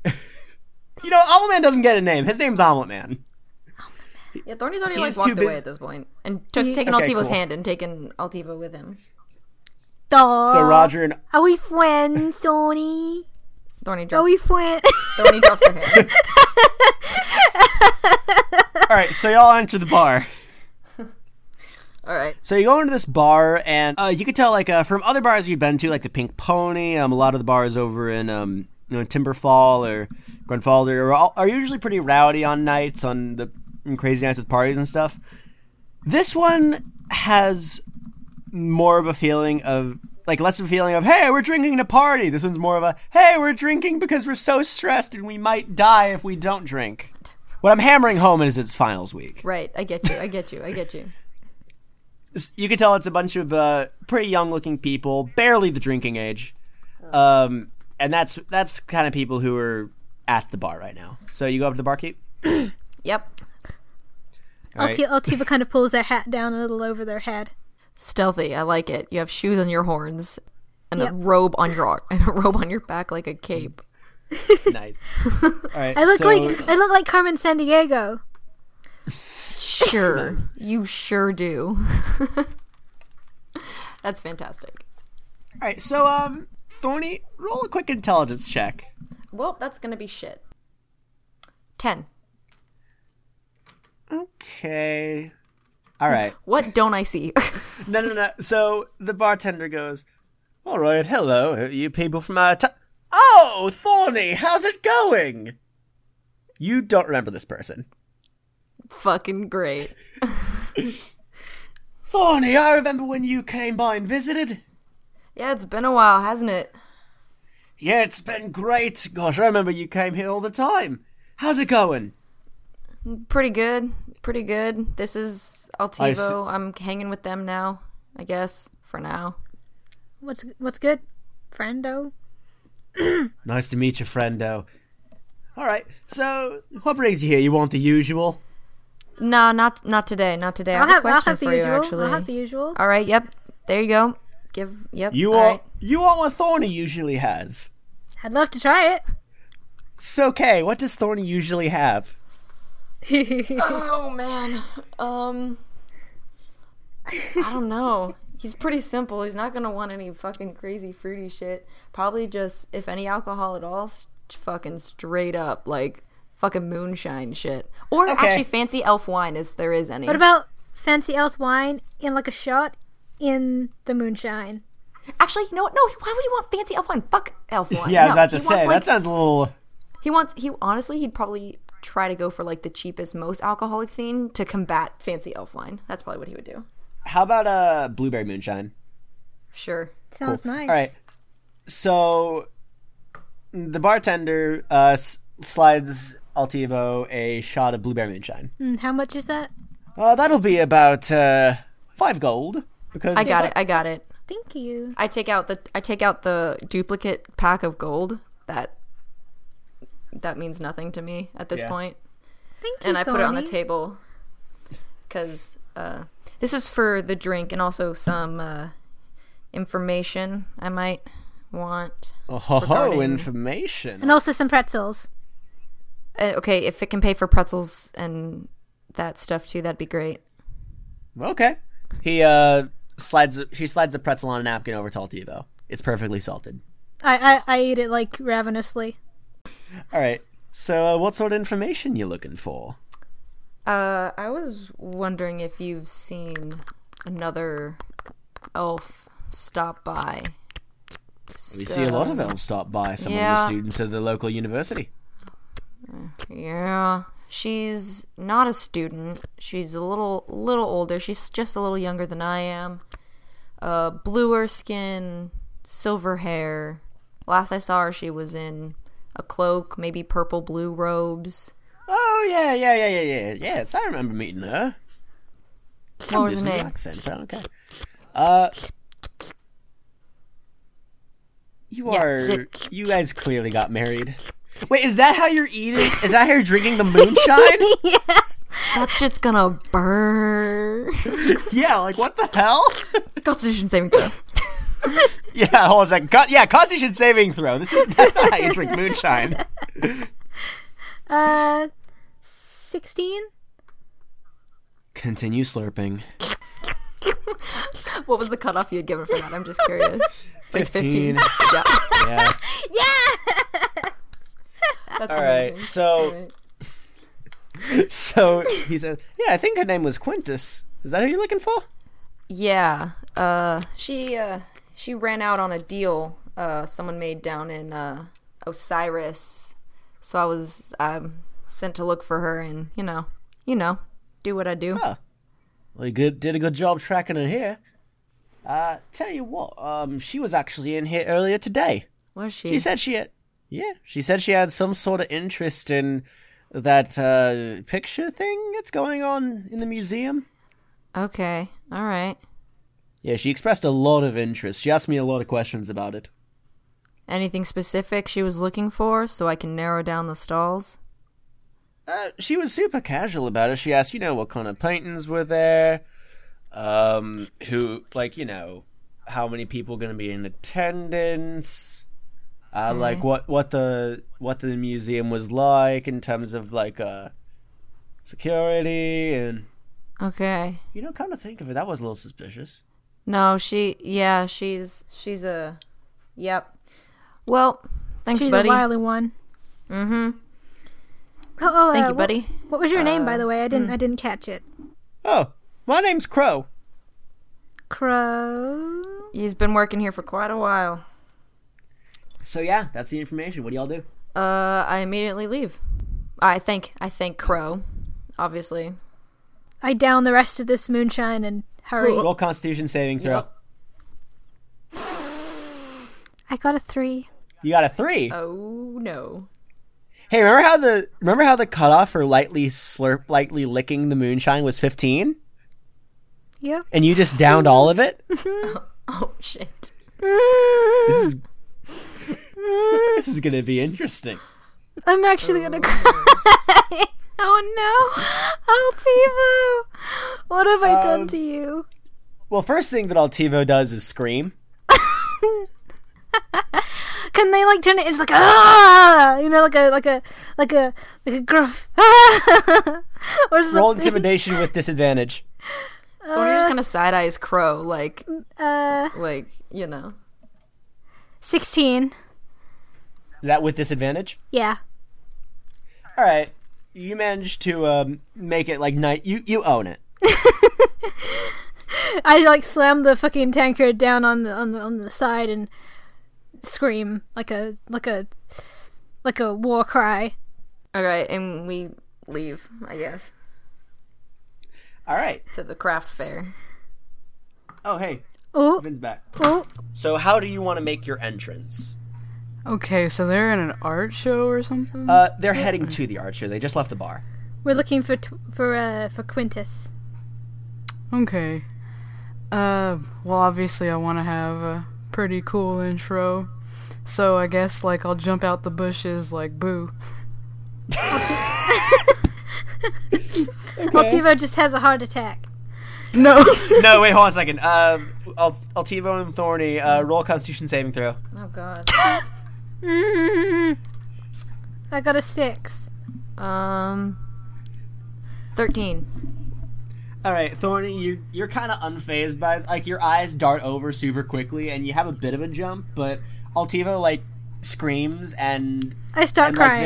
A: you know, omelet man doesn't get a name. His name's omelet man.
C: Yeah, Thorny's already
A: He's
C: like
A: too
C: walked away
A: busy-
C: at this point and took, taken
A: Okay,
C: Altiva's
A: cool.
C: hand and taken Altiva with him.
B: Dog.
A: So Roger and
B: Are we friends, Tony?
C: Thorny
B: Are
A: Oh,
C: drops.
B: we friends?
C: Thorny drops her hand.
A: all right. So y'all enter the bar.
C: All right.
A: So you go into this bar, and uh, you can tell like uh, from other bars you've been to, like the Pink Pony, um, a lot of the bars over in um, you know Timberfall or Grunfalder are, all, are usually pretty rowdy on nights on the and crazy nights with parties and stuff. This one has more of a feeling of like less of a feeling of hey we're drinking to party. This one's more of a hey we're drinking because we're so stressed and we might die if we don't drink. What I'm hammering home is it's finals week.
C: Right. I get you. I get you. I get you.
A: This- You can tell it's a bunch of uh, pretty young looking people, barely the drinking age, um, and that's that's kind of people who are at the bar right now. So you go up to the barkeep.
C: Yep.
A: All right.
B: Alti- Altiva kind of pulls their hat down a little over their head.
C: Stealthy. I like it. You have shoes on your horns and
B: Yep.
C: a robe on your ar- and a robe on your back like a cape.
A: nice. All right.
B: I look
A: so-
B: like I look like Carmen San Diego.
C: Sure. You sure do. That's fantastic.
A: All right, so um, Thorny, roll a quick intelligence check.
C: Well, that's going to be shit. 10.
A: Okay. All right.
C: What don't I see?
A: No, no, no. So the bartender goes, "All right, hello, are you people from our t- Oh, Thorny, how's it going? You don't remember this person.
C: Fucking great.
A: Thorny, I remember when you came by and visited.
C: Yeah, it's been a while, hasn't it?
A: Yeah, it's been great. Gosh, I remember you came here all the time. How's it going?
C: Pretty good. Pretty good. This is
A: I
C: Altivo.
A: see-
C: I'm hanging with them now, I guess, for now.
B: What's what's good, friendo?
A: Nice to meet you, friendo. All right. So, what brings you here? You want the usual?
C: No, not not today. Not today.
B: I'll
C: I have
B: have
C: a
B: I'll
C: question
B: have the
C: for you,
B: usual.
C: actually. Uh,
B: I'll have the usual.
C: All right, yep. There you go. Give, yep.
A: You
C: all
A: are
C: right.
A: you are what Thorny usually has.
B: I'd love to try
A: So Kay, what does Thorny usually have?
B: it.
C: Oh man. Um I don't know. He's pretty simple. He's not gonna want any fucking crazy fruity shit. Probably just if any alcohol at all, s- fucking straight up like fucking moonshine shit, or
A: Okay.
C: actually fancy elf wine if there is any.
B: what about fancy elf wine in like a shot in the moonshine?
C: actually, you know what? No, why would he want fancy elf wine? Fuck elf wine.
A: Yeah, I was
C: No,
A: about to
C: he
A: say
C: wants, like,
A: that sounds a little.
C: He wants. He honestly, he'd probably try to go for like the cheapest, most alcoholic thing to combat fancy elf wine. That's probably what he would do.
A: How about uh blueberry moonshine?
C: Sure.
B: Sounds nice.
A: All right, so the bartender uh, s- slides Altivo a shot of blueberry moonshine.
B: Mm, how much is that?
A: Uh, that'll be about uh, five gold because
C: I got it. I got it.
B: Thank you.
C: I take out the I take out the duplicate pack of gold that that means nothing to me at this
A: Yeah.
C: point,
B: Thank you.
C: and I put it on the
B: Thorny.
C: table because uh, this is for the drink and also some uh, information I might want.
A: Oh, ho, ho,
C: Regarding-
B: And
A: information.
B: also some pretzels.
C: Uh, okay, if it can pay for pretzels and that stuff too, that'd be great.
A: Okay. He uh slides. She slides a pretzel on a napkin over to Altivo. It's perfectly salted.
B: I I, I eat it like ravenously.
A: All right. So, uh, what sort of information you looking for?
C: Uh, I was wondering if you've seen another elf stop by.
A: We see a lot of elves stop by. Some of
C: yeah.
A: the students of the local university.
C: Yeah, she's not a student. She's a little little older. She's just a little younger than I am. Uh, bluer skin, silver hair. Last I saw her, she was in a cloak, maybe purple blue robes.
A: Oh yeah, yeah, yeah, yeah, yeah. Yes, I remember meeting her.
C: What was
A: This
C: her
A: is
C: name?
A: accent, but okay. Uh, you
C: Yeah,
A: are.
C: th-
A: You guys clearly got married. Wait, is that how you're eating? Is that how you're drinking the moonshine?
C: That shit's gonna burn.
A: yeah, like what the hell?
C: Constitution saving throw.
A: yeah, hold on a second. Co- yeah, Constitution saving throw. This is that's not how you drink moonshine.
B: Uh, sixteen.
A: Continue slurping.
C: What was the cutoff you had given for that? I'm just curious. Like
A: Fifteen.
C: yeah,
A: yeah.
C: that's
A: All
C: amazing.
A: right. So.
C: Alright.
A: So he says, "Yeah, I think her name was Quintus. Is that who you're looking for?"
C: Yeah. Uh she uh she ran out on a deal uh someone made down in uh Osiris. So I was um sent to look for her and, you know, you know, do what I do.
A: Huh. Well, you good, did a good job tracking her here. Uh, tell you what, um, she was actually in here earlier today.
C: Was she?
A: She said she had, yeah, she said she had some sort of interest in that uh, picture thing that's going on in the museum.
C: okay. All right.
A: Yeah, she expressed a lot of interest. She asked me a lot of questions about it.
C: Anything specific she was looking for so I can narrow down the stalls?
A: Uh, she was super casual about it. She asked, you know, what kind of paintings were there, um, who, like, you know, how many people going to be in attendance, uh, like what what the what the museum was like in terms of like uh, security and
C: Okay.
A: you know, kind of think of it, that was a little suspicious.
C: No, she yeah, she's she's a yep. Well, thanks
B: She's
C: buddy.
B: a wily one. Mm-hmm. Oh, oh
C: Thank
B: uh,
C: you,
B: what-
C: buddy. Uh, hmm.
B: What, was your name, by the way? I didn't. I didn't catch it.
A: Oh, my name's Crow.
B: Crow.
C: He's been working here for quite a while.
A: So yeah, that's the information. What do y'all do?
C: Uh I immediately leave. I thank I thank Crow, obviously.
B: I down the rest of this moonshine and hurry.
A: Roll Constitution saving throw.
C: Yep.
B: I got a three.
A: You got a three.
C: Oh no.
A: Hey, remember how the remember how the cutoff for lightly slurp, lightly licking the moonshine was fifteen,
B: Yep.
A: and you just downed all of it.
C: Oh shit.
A: This is this is gonna be interesting.
B: I'm actually gonna cry. oh no, Altivo! What have I done to you?
A: Well, first thing that Altivo does is scream.
B: Can they like turn it into like ah, you know, like a like a like a like a gruff ah, or something?
A: Roll intimidation with disadvantage.
C: So we're just gonna side eyes Crow like
B: Uh,
C: like, you know.
B: sixteen.
A: Is that with disadvantage?
B: Yeah.
A: All right, you managed to um, make it like night. You you own it.
B: I like slam the fucking tankard down on the on the on the side and scream like a like a like a war cry.
C: All right, and we leave, I guess,
A: All right.
C: to the craft fair.
A: Oh hey,
B: Oh,
A: Vin's back.
B: oh,
A: So how do you want to make your entrance?
D: Okay, so they're in an art show or something?
A: Uh, they're heading to the archer. They just left the bar.
B: we're looking for t- for uh for Quintus.
D: Okay. Uh, well, obviously, I want to have a pretty cool intro. So I guess, like, I'll jump out the bushes, like, boo.
B: Altivo just has a heart attack.
D: No!
A: no, wait, hold on a second. Uh, Al- Altivo and Thorny, uh, roll Constitution saving throw.
C: Oh God.
B: Mm. I got a six.
C: Um, thirteen.
A: All right, Thorny, you you're kind of unfazed by like your eyes dart over super quickly, and you have a bit of a jump, but Altivo like screams and,
B: I start
A: and like
B: crying.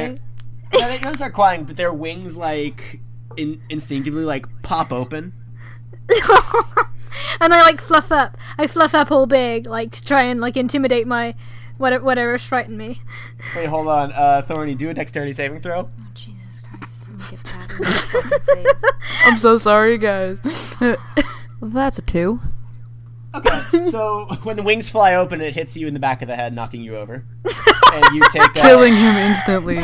A: their- no, they don't start crying, but their wings like in- instinctively like pop open.
B: and I like fluff up. I fluff up all big, like to try and like intimidate my whatever whatever's frightened me.
A: Wait, hold on, uh, Thorny, do a dexterity saving throw.
C: Jesus Christ! Let me get that in the fucking face.
D: I'm so sorry, guys.
C: That's a two.
A: Okay, so when the wings fly open, it hits you in the back of the head, knocking you over, and you take uh,
D: Killing him instantly.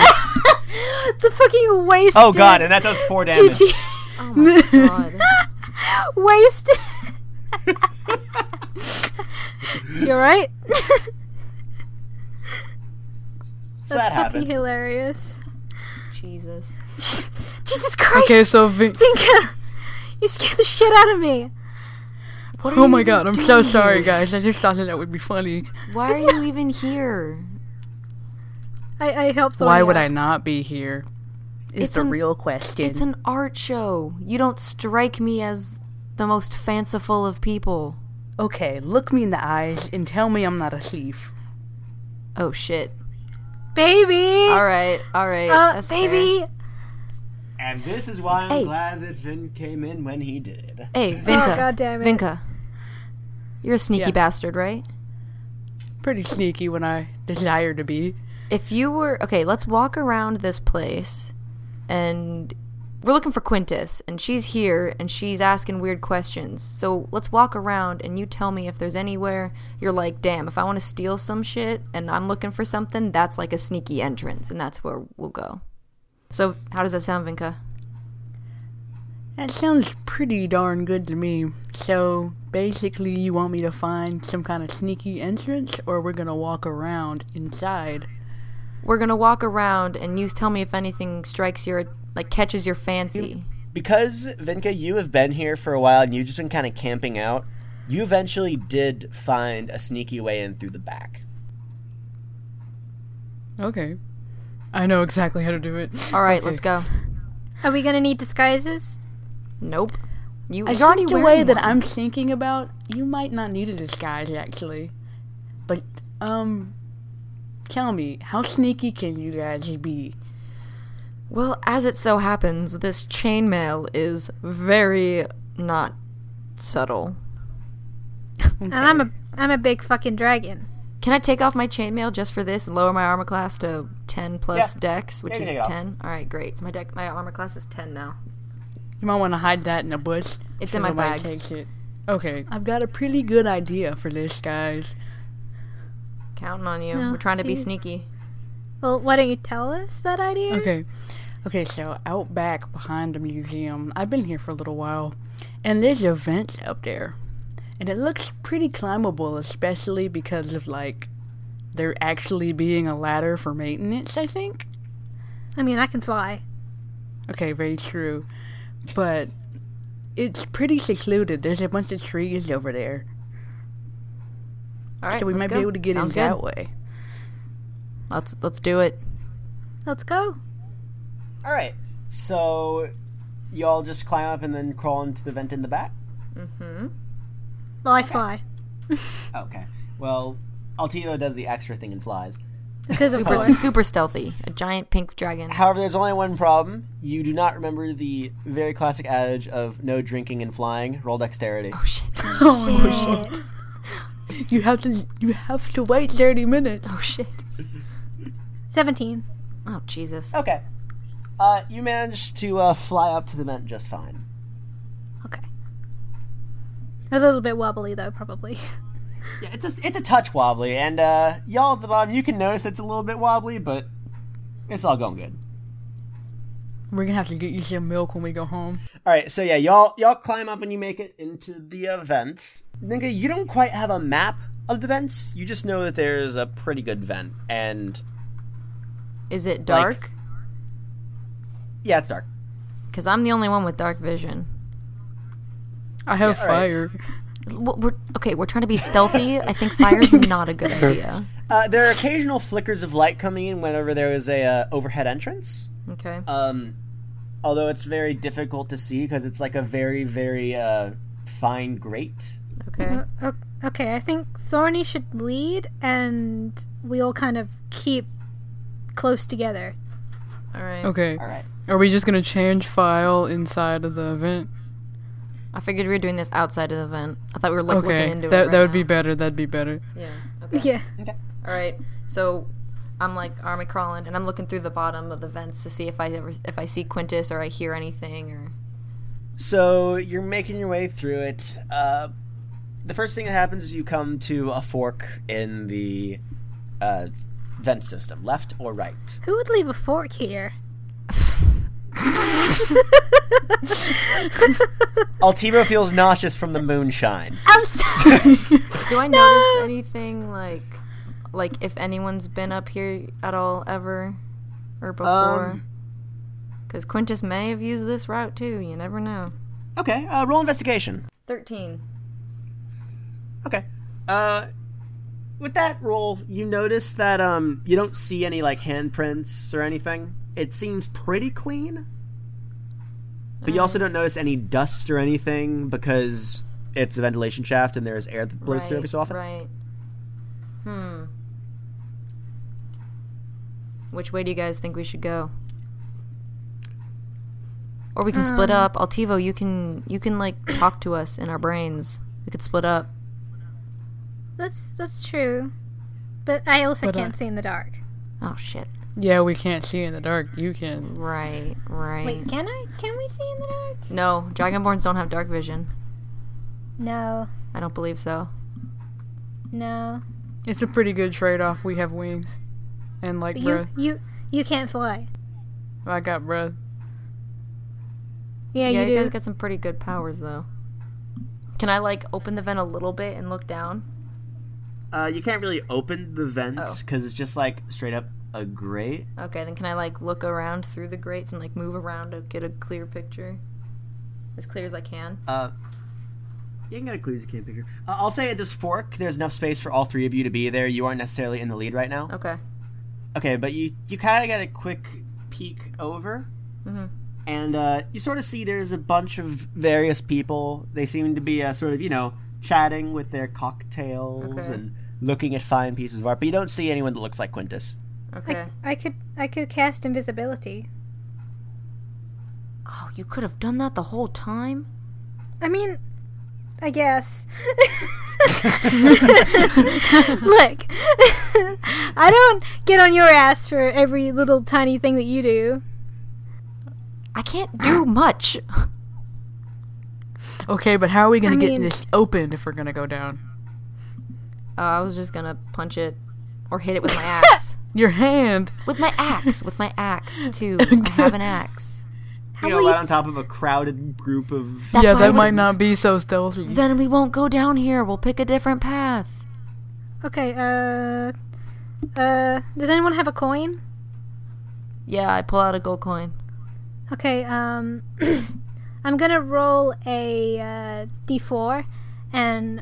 B: The fucking waste.
A: Oh god, and that does four damage.
C: Oh my God.
B: waste. You're right.
A: So that
B: Fucking
A: happened.
B: hilarious.
C: Jesus.
B: Jesus Christ,
D: Okay, so Vin-
B: Vinka, you scared the shit out of me.
C: What are
D: Oh
C: you
D: my
C: even
D: god, I'm so
C: doing
D: sorry,
C: here?
D: guys. I just thought that, that would be funny.
C: Why are you even here?
B: I, I helped. Thorny
D: Why would I
B: out.
D: not be here? Is
C: It's an-
D: question.
C: It's an art show. You don't strike me as the most fanciful of people.
D: okay, look me in the eyes and tell me I'm not a thief.
C: Oh shit.
B: Baby.
C: All right. All right.
B: Uh,
C: that's
B: baby.
A: And this is why I'm
C: Hey.
A: glad that Vin came in when he did.
C: fair. Hey,
B: Oh
C: Vinka.
B: god damn it.
C: Vinka. You're a sneaky
D: Yeah.
C: bastard, right?
D: Pretty sneaky when I desire to be.
C: if you were okay let's walk around this place and We're looking for Quintus, and she's here, and she's asking weird questions. So let's walk around, and you tell me if there's anywhere you're like, damn, if I want to steal some shit and I'm looking for something, that's like a sneaky entrance, and that's where we'll go. So, how does that sound, Vinka?
D: That sounds pretty darn good to me. So basically, you want me to find some kind of sneaky entrance, or we're gonna walk around inside?
C: We're gonna walk around, and you tell me if anything strikes your, like, catches your fancy.
A: because Vinka, you have been here for a while and you've just been kind of camping out. You eventually did find a sneaky way in through the back.
D: Okay. I know exactly how to do it.
C: All right,
D: Okay.
C: let's go.
B: Are we gonna need disguises?
C: Nope. You
D: I
C: you're already
D: think the way
C: wearing
D: that
C: one.
D: I'm thinking about, you might not need a disguise actually. But um tell me, how sneaky can you guys be?
C: Well, as it so happens, this chainmail is very not subtle.
B: And I'm a I'm a big fucking dragon.
C: Can I take off my chainmail just for this and lower my armor class to 10 plus
A: Yeah.
C: dex, which
A: Yeah, you
C: is
A: can take it off.
C: 10? All right, great. So my deck, my armor class is 10 now.
D: You might want to hide that in a bush.
C: It's
D: so
C: in my
D: nobody
C: bag.
D: Takes it. Okay. I've got a pretty good idea for this, guys.
C: Counting on you.
B: No,
C: We're trying to be
B: jeez.
C: sneaky.
B: Well, why don't you tell us that idea?
D: Okay.
C: Mm-hmm.
D: Okay, so out back behind the museum, I've been here for a little while, and there's a vent up there. And it looks pretty climbable, especially because of like there actually being a ladder for maintenance, I think.
B: I mean, I can fly.
D: Okay, very true. But it's pretty secluded. There's a bunch of trees over there.
C: All right,
D: so we
C: let's
D: might
C: go.
D: be able to get
C: Sounds
D: in
C: good.
D: that way.
C: Let's let's do it.
B: Let's go.
A: All right. So y'all just climb up and then crawl into the vent in the back.
B: Well, I fly
A: Okay. Well, Altino does the extra thing and flies.
B: because of
C: Super,
B: course.
C: super stealthy. A giant pink dragon.
A: However, there's only one problem. You do not remember the very classic adage of no drinking and flying. Roll dexterity.
C: Oh shit.
B: Oh, shit.
D: You have to you have to wait 30 minutes.
C: Oh shit.
B: Seventeen.
C: Oh Jesus.
A: Okay. Uh, you managed to uh, fly up to the vent just fine.
B: Okay. A little bit wobbly though, probably.
A: Yeah, it's a it's a touch wobbly, and uh, y'all at the bottom, you can notice it's a little bit wobbly, but it's all going good.
D: We're going to have to get you some milk when we go home.
A: All right, so yeah, y'all y'all climb up and you make it into the uh, vents. Ninka, you don't quite have a map of the vents. You just know that there's a pretty good vent, and
C: Is it dark?
A: yeah, it's dark.
C: Because I'm the only one with dark vision.
D: I have
A: all right.
D: fire.
C: Well, we're, okay, we're trying to be stealthy. I think fire's not a good idea.
A: Uh, there are occasional flickers of light coming in whenever there is a uh, overhead entrance.
C: Okay.
A: Um, although it's very difficult to see because it's like a very very uh, fine grate.
C: Okay.
B: O- Okay, I think Thorny should lead, and we'll kind of keep close together.
C: All right.
D: Okay.
A: All right.
D: Are we just going to change file inside of the event?
C: I figured we were doing this outside of the event. I thought we were like looking
D: Okay.
C: into
D: That
C: it. right
D: that would be
C: now.
D: better. That'd be better.
C: Yeah. Okay.
B: Yeah.
C: All right. So I'm like army crawling, and I'm looking through the bottom of the vents to see if I ever if I see Quintus or I hear anything or.
A: So you're making your way through it. Uh, the first thing that happens is you come to a fork in the uh, vent system, left or right.
B: Who would leave a fork here?
A: Altivo feels nauseous from the moonshine.
B: I'm sorry.
C: Do I notice anything like like if anyone's been up here at all ever or before?
A: Um.
C: Because Quintus may have used this route too. You never know.
A: Okay, uh, roll investigation.
C: Thirteen.
A: Okay. Uh, with that roll, you notice that um, you don't see any like handprints or anything. It seems pretty clean, but you also don't notice any dust or anything because it's a ventilation shaft and there's air that blows through every so often.
C: Right. Hmm. Which way do you guys think we should go? Or we can split
B: Um.
C: up. Altivo, you can you can like talk to us in our brains. We could split up.
B: That's that's true, but I also
D: But, uh,
B: can't see in the dark.
C: Oh shit.
D: Yeah, we can't see in the dark. You can.
C: Right, right.
B: Wait, can I? Can we see in the dark?
C: No, dragonborns don't have dark vision.
B: No,
C: I don't believe so.
B: no.
D: It's a pretty good trade-off. We have wings, and like
B: But
D: breath.
B: you, you, you can't fly.
D: I got breath.
B: Yeah,
C: yeah,
B: you,
C: you
B: do.
C: guys got some pretty good powers though. Can I like open the vent a little bit and look down?
A: Uh, you can't really open the vent
C: Oh.
A: because it's just like straight up a grate.
C: Okay, then can I like look around through the grates and like move around to get a clear picture? As clear as I can.
A: Uh, you can get a clue as you can picture. Uh, I'll say at this fork, there's enough space for all three of you to be there. You aren't necessarily in the lead right now.
C: Okay.
A: Okay, but you you kind of get a quick peek over,
B: Mm-hmm.
C: Mhm.
A: and uh, you sort of see there's a bunch of various people. They seem to be uh, sort of you know chatting with their cocktails
C: Okay.
A: and looking at fine pieces of art, but you don't see anyone that looks like Quintus.
C: Okay.
B: I could, I could cast invisibility.
C: Oh, you could have done that the whole time?
B: I mean, I guess. Look, I don't get on your ass for every little tiny thing that you do.
C: I can't do much.
D: Okay, but how are we gonna
B: I
D: get
B: mean-
D: this open if we're gonna go down?
C: Uh, I was just gonna punch it or hit it with my axe.
D: Your hand.
C: with my axe. With my axe too. I have an axe.
B: How
A: you
B: will
A: know,
B: you
A: right on top of a crowded group of.
C: That's
D: yeah,
C: why I
D: that might
C: wouldn't.
D: not be so stealthy.
C: Then we won't go down here. We'll pick a different path.
B: Okay, uh. Uh. Does anyone have a coin?
C: Yeah, I pull out a gold coin.
B: Okay, um. I'm gonna roll a uh, d4, and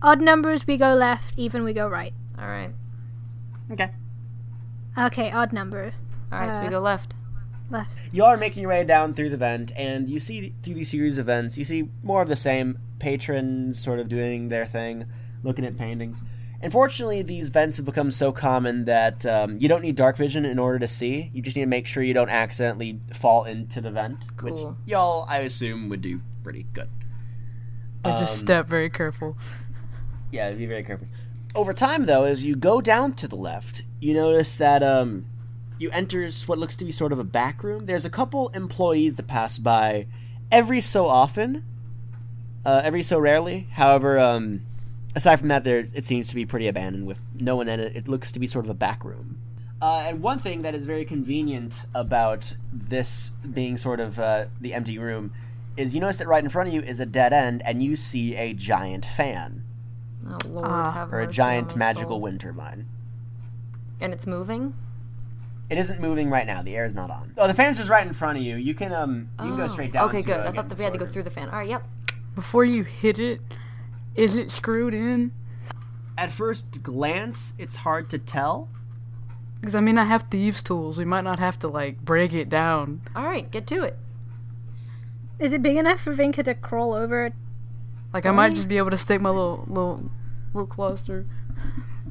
B: odd numbers we go left, even we go right.
C: All right.
A: Okay.
B: Okay, odd number.
C: All right, so we
B: Uh,
C: go left.
B: Left.
A: You are making your way down through the vent, and you see through these series of vents, you see more of the same patrons sort of doing their thing, looking at paintings. Unfortunately, these vents have become so common that um, you don't need dark vision in order to see. You just need to make sure you don't accidentally fall into the vent, which
C: Cool.
A: y'all, I assume, would do pretty good.
D: I just step very careful.
A: Yeah, be very careful. Over time, though, as you go down to the left, you notice that um, you enter what looks to be sort of a back room. There's a couple employees that pass by every so often, uh, every so rarely. However, um, aside from that, there it seems to be pretty abandoned with no one in it. It looks to be sort of a back room. Uh, and one thing that is very convenient about this being sort of uh, the empty room is you notice that right in front of you is a dead end, and you see a giant fan
C: Oh Lord, have
A: or a
C: mercy on
A: giant
C: my
A: magical
C: soul.
A: wind turbine.
C: And it's moving.
A: It isn't moving right now. The air is not on. Oh, the fan's just right in front of you. You can um, you can go
C: Oh.
A: straight down.
C: Okay,
A: to,
C: good.
A: uh,
C: I thought that we had to go
A: Gettysburg.
C: through the fan. All right, yep.
D: Before you hit it, is it screwed in?
A: At first glance, it's hard to tell.
D: Because I mean, I have thieves' tools. We might not have to like break it down.
C: All right, get to it.
B: Is it big enough for Vinka to crawl over?
D: Like I might just be able to stick my little little little claws through.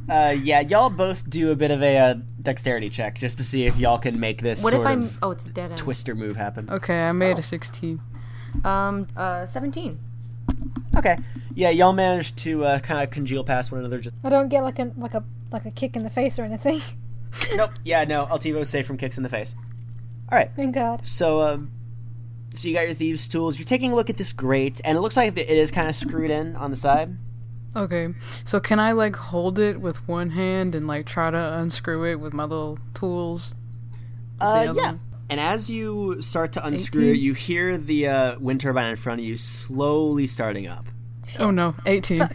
A: Uh, yeah, y'all both do a bit of a uh, dexterity check just to see if y'all can make this
C: What
A: sort
C: if I'm?
A: of
C: Oh, it's a dead end.
A: twister move happen.
D: Okay, I made a sixteen.
C: Um, uh, seventeen.
A: Okay. Yeah, y'all managed to uh, kind of congeal past one another. Just
B: I don't get like a like a like a kick in the face or anything.
A: nope. Yeah, no. Altivo's safe from kicks in the face. All right.
B: Thank God.
A: So, um, so you got your thieves' tools. You're taking a look at this grate, and it looks like it is kind of screwed in on the side.
D: Okay, so can I like hold it with one hand and like try to unscrew it with my little tools?
A: Uh,
D: Damn.
A: yeah. And as you start to unscrew it,
D: 18?
A: you hear the uh, wind turbine in front of you slowly starting up.
D: Oh no, eighteen.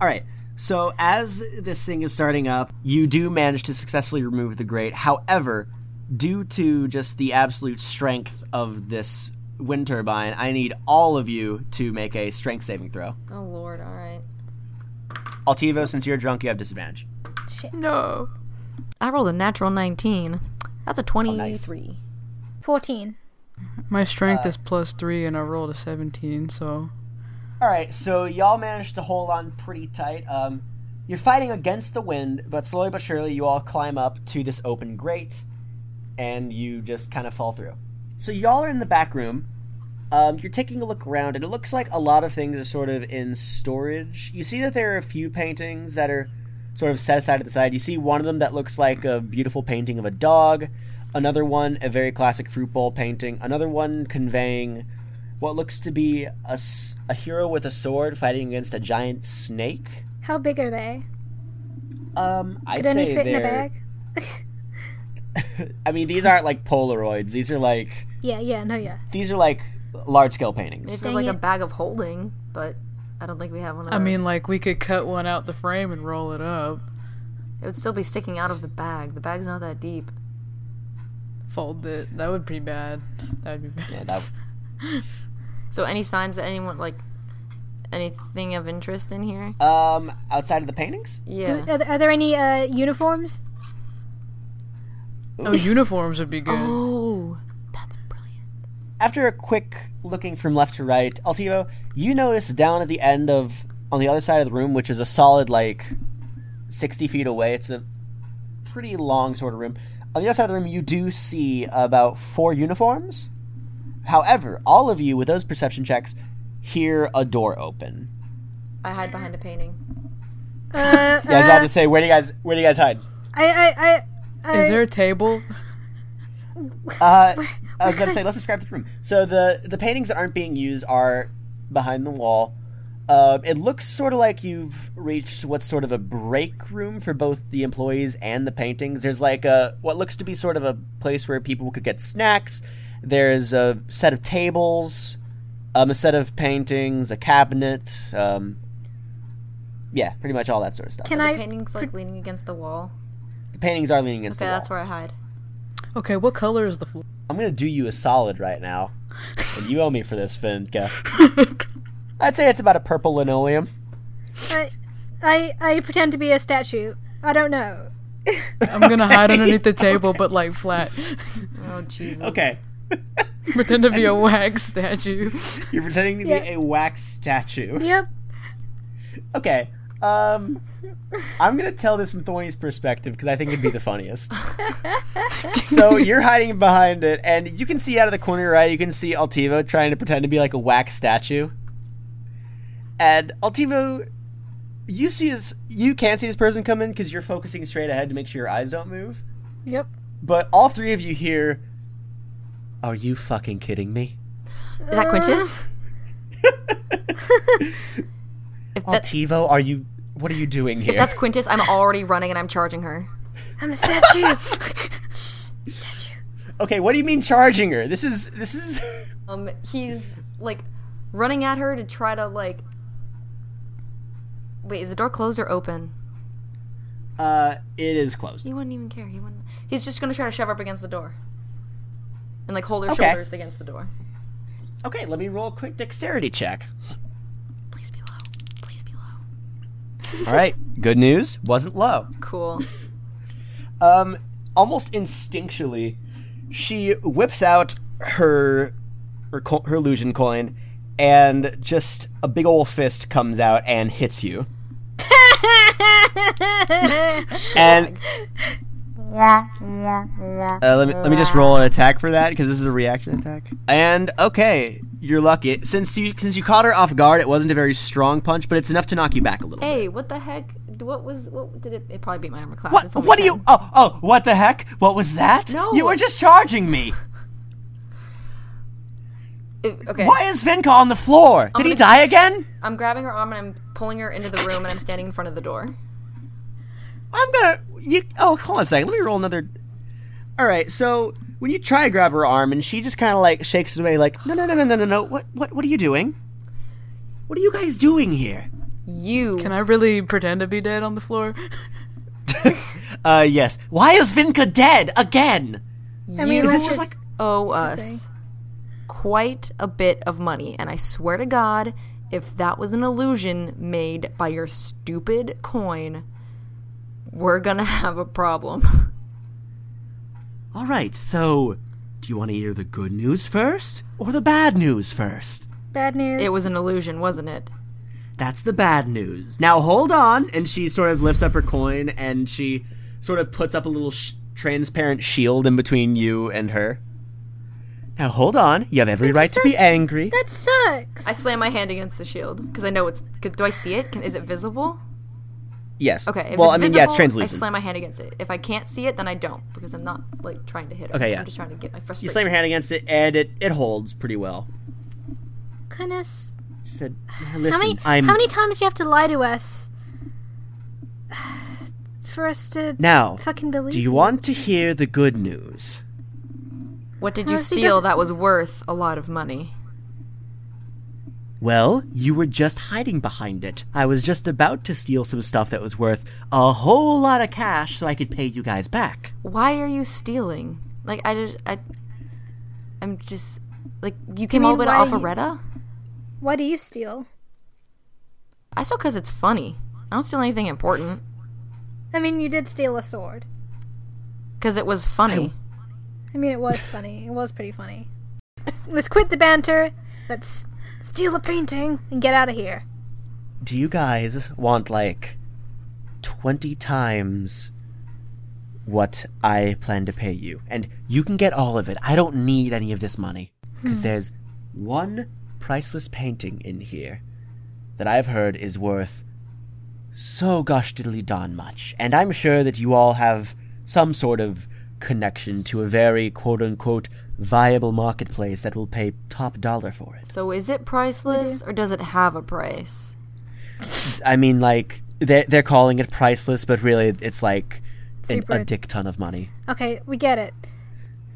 A: All right. So as this thing is starting up, you do manage to successfully remove the grate. However, due to just the absolute strength of this wind turbine, I need all of you to make a strength saving throw.
C: Oh Lord, all right.
A: Altivo, since you're drunk, you have disadvantage.
D: no.
C: I rolled a natural nineteen. That's a
A: Oh,
C: twenty-three.
B: Fourteen.
D: My
A: Uh,
D: strength is plus three, and I rolled a seventeen. So
A: All right, so y'all managed to hold on pretty tight. Um, you're fighting against the wind, but slowly but surely you all climb up to this open grate, and you just kind of fall through. So y'all are in the back room. Um, you're taking a look around, and it looks like a lot of things are sort of in storage. You see that there are a few paintings that are sort of set aside to the side. You see one of them that looks like a beautiful painting of a dog, another one, a very classic fruit bowl painting, another one conveying what looks to be a, s- a hero with a sword fighting against a giant snake.
B: How big are they?
A: Um, I'd
B: Could any
A: say
B: fit
A: they're.
B: in a bag?
A: I mean, these aren't like Polaroids. These are like
B: Yeah, yeah, no, yeah.
A: these are like large scale paintings.
C: It
B: Dang
C: feels like a
B: it.
C: bag of holding, but I don't think we have one of
D: I
C: those.
D: mean, like we could cut one out the frame and roll it up,
C: it would still be sticking out of the bag. The bag's not that deep.
D: fold it. That would be bad. That would be bad.
A: Yeah, that-
C: So any signs that anyone like anything of interest in here?
A: um, outside of the paintings,
B: Do,
C: Yeah.
B: are, there, are there any uh, uniforms?
D: Oh, uniforms would be good.
C: Oh, that's brilliant.
A: after a quick looking from left to right, Altivo, you notice down at the end of on the other side of the room, which is a solid like sixty feet away. It's a pretty long sort of room. On the other side of the room, you do see about four uniforms. However, all of you with those perception checks hear a door open.
C: I hide behind a painting.
B: Uh,
A: Yeah, I was about
B: uh,
A: to say, where do you guys where do you guys hide?
B: I, I, I, I,
D: Is there a table?
A: Uh, I was going to say, let's describe the room. So the the paintings that aren't being used are behind the wall. Uh, it looks sort of like you've reached what's sort of a break room for both the employees and the paintings. There's like a what looks to be sort of a place where people could get snacks. There's a set of tables, um, a set of paintings, a cabinet. Um, yeah, pretty much all that sort of stuff.
B: can
C: The
B: I?
C: painting's like leaning against the wall.
A: the paintings are leaning against
C: Okay,
A: the wall.
C: that's where I hide.
D: Okay, what color is the floor?
A: I'm gonna do you a solid right now. And you owe me for this, Finka. I'd say it's about a purple linoleum.
B: I, I, I pretend to be a statue. I don't know.
D: I'm gonna hide underneath the table, but like flat.
C: Oh Jesus.
D: Pretend to be a wax statue.
A: You're pretending to be
B: Yeah.
A: a wax statue.
B: Yep.
A: Okay. Um I'm gonna tell this from Thorny's perspective because I think it'd be the funniest. so you're hiding behind it, and you can see out of the corner of your eye, you can see Altivo trying to pretend to be like a wax statue. And Altivo, you see this, you can't see this person come in because you're focusing straight ahead to make sure your eyes don't move.
B: Yep.
A: But all three of you here. Are you fucking kidding me?
C: Is that Quintus? if that,
A: Altivo, are you. What are you doing here?
C: that's Quintus, I'm already running and I'm charging her.
B: I'm a statue.
A: okay, what do you mean charging her? This is. This is.
C: Um, he's like running at her to try to like. Wait, is the door closed or open?
A: Uh, it is closed.
C: He wouldn't even care. He wouldn't. He's just gonna try to shove up against the door, and like hold her
A: Okay.
C: shoulders against the door.
A: Okay, let me roll a quick dexterity check.
C: Please be low. Please be low.
A: All right, good news. Wasn't low.
C: Cool.
A: Um, almost instinctually, she whips out her her, co- her illusion coin, and just a big old fist comes out and hits you. And uh, let me let me just roll an attack for that because this is a reaction attack. And okay, you're lucky since you since you caught her off guard. It wasn't a very strong punch, but it's enough to knock you back a little.
C: hey, what the heck? What was? What did it? It probably beat my armor class.
A: What?
C: It's only
A: What do
C: 10.
A: you? Oh, oh! What the heck? What was that?
C: No.
A: You were just charging me.
C: It- okay.
A: Why is Vinka on the floor? Did he die again?
C: I'm grabbing her arm and I'm pulling her into the room and I'm standing in front of the door.
A: I'm gonna. You. Oh, hold on a second. Let me roll another. All right. So when you try to grab her arm, and she just kind of like shakes it away, like, no, no, no, no, no, no, no. What? What? What are you doing? What are you guys doing here?
C: You.
D: Can I really pretend to be dead on the floor?
A: Uh, yes. Why is Vinka dead again?
B: I mean,
C: you
A: Is this just like?
C: owe us quite a bit of money, and I swear to God, if that was an illusion made by your stupid coin, we're gonna have a problem.
A: All right. So, do you want to hear the good news first or the bad news first?
B: Bad news.
C: It was an illusion, wasn't it?
A: That's the bad news. Now hold on, and she sort of lifts up her coin and she sort of puts up a little sh- transparent shield in between you and her. Now hold on, you have every right to be angry.
B: That sucks.
C: I slam my hand against the shield because I know it's. 'cause- Do I see it? Can, is it visible?
A: Yes.
C: Okay. If
A: well,
C: it's
A: I mean, yeah, it's
C: visible, I
A: translucent.
C: slam my hand against it. If I can't see it, then I don't because I'm not like trying to hit it.
A: Okay, yeah.
C: I'm just trying to get my frustration.
A: you slam your hand against it, and it, it holds pretty well.
B: Goodness.
A: She said,
B: How
A: "Listen,
B: many
A: I'm
B: how many times do you have to lie to us for us to
A: now.
B: fucking believe?
A: Do you want to hear the good news?
C: What did you
B: Uh, she
C: steal
B: doesn't-
C: that was worth a lot of money?
A: Well, you were just hiding behind it. I was just about to steal some stuff that was worth a whole lot of cash so I could pay you guys back.
C: Why are you stealing? Like I did. I. I'm just like you came all
B: mean,
C: the way to
B: why you-
C: Alpharetta.
B: Why do you steal?
C: I steal because it's funny. I don't steal anything important
B: I mean, you did steal a sword.
C: because it was funny.
B: I mean, it was funny. It was pretty funny. Let's quit the banter. Let's steal a painting and get out of here.
A: Do you guys want like 20 times what I plan to pay you? And you can get all of it. I don't need any of this money. Because there's one priceless painting in here that I've heard is worth so gosh diddly darn much. And I'm sure that you all have some sort of connection to a very quote unquote viable marketplace that will pay top dollar for it.
C: So is it priceless or does it have a price?
A: I mean, like they're they're calling it priceless, but really it's like an, a
B: Super-
A: dick ton of money.
B: Okay, we get it.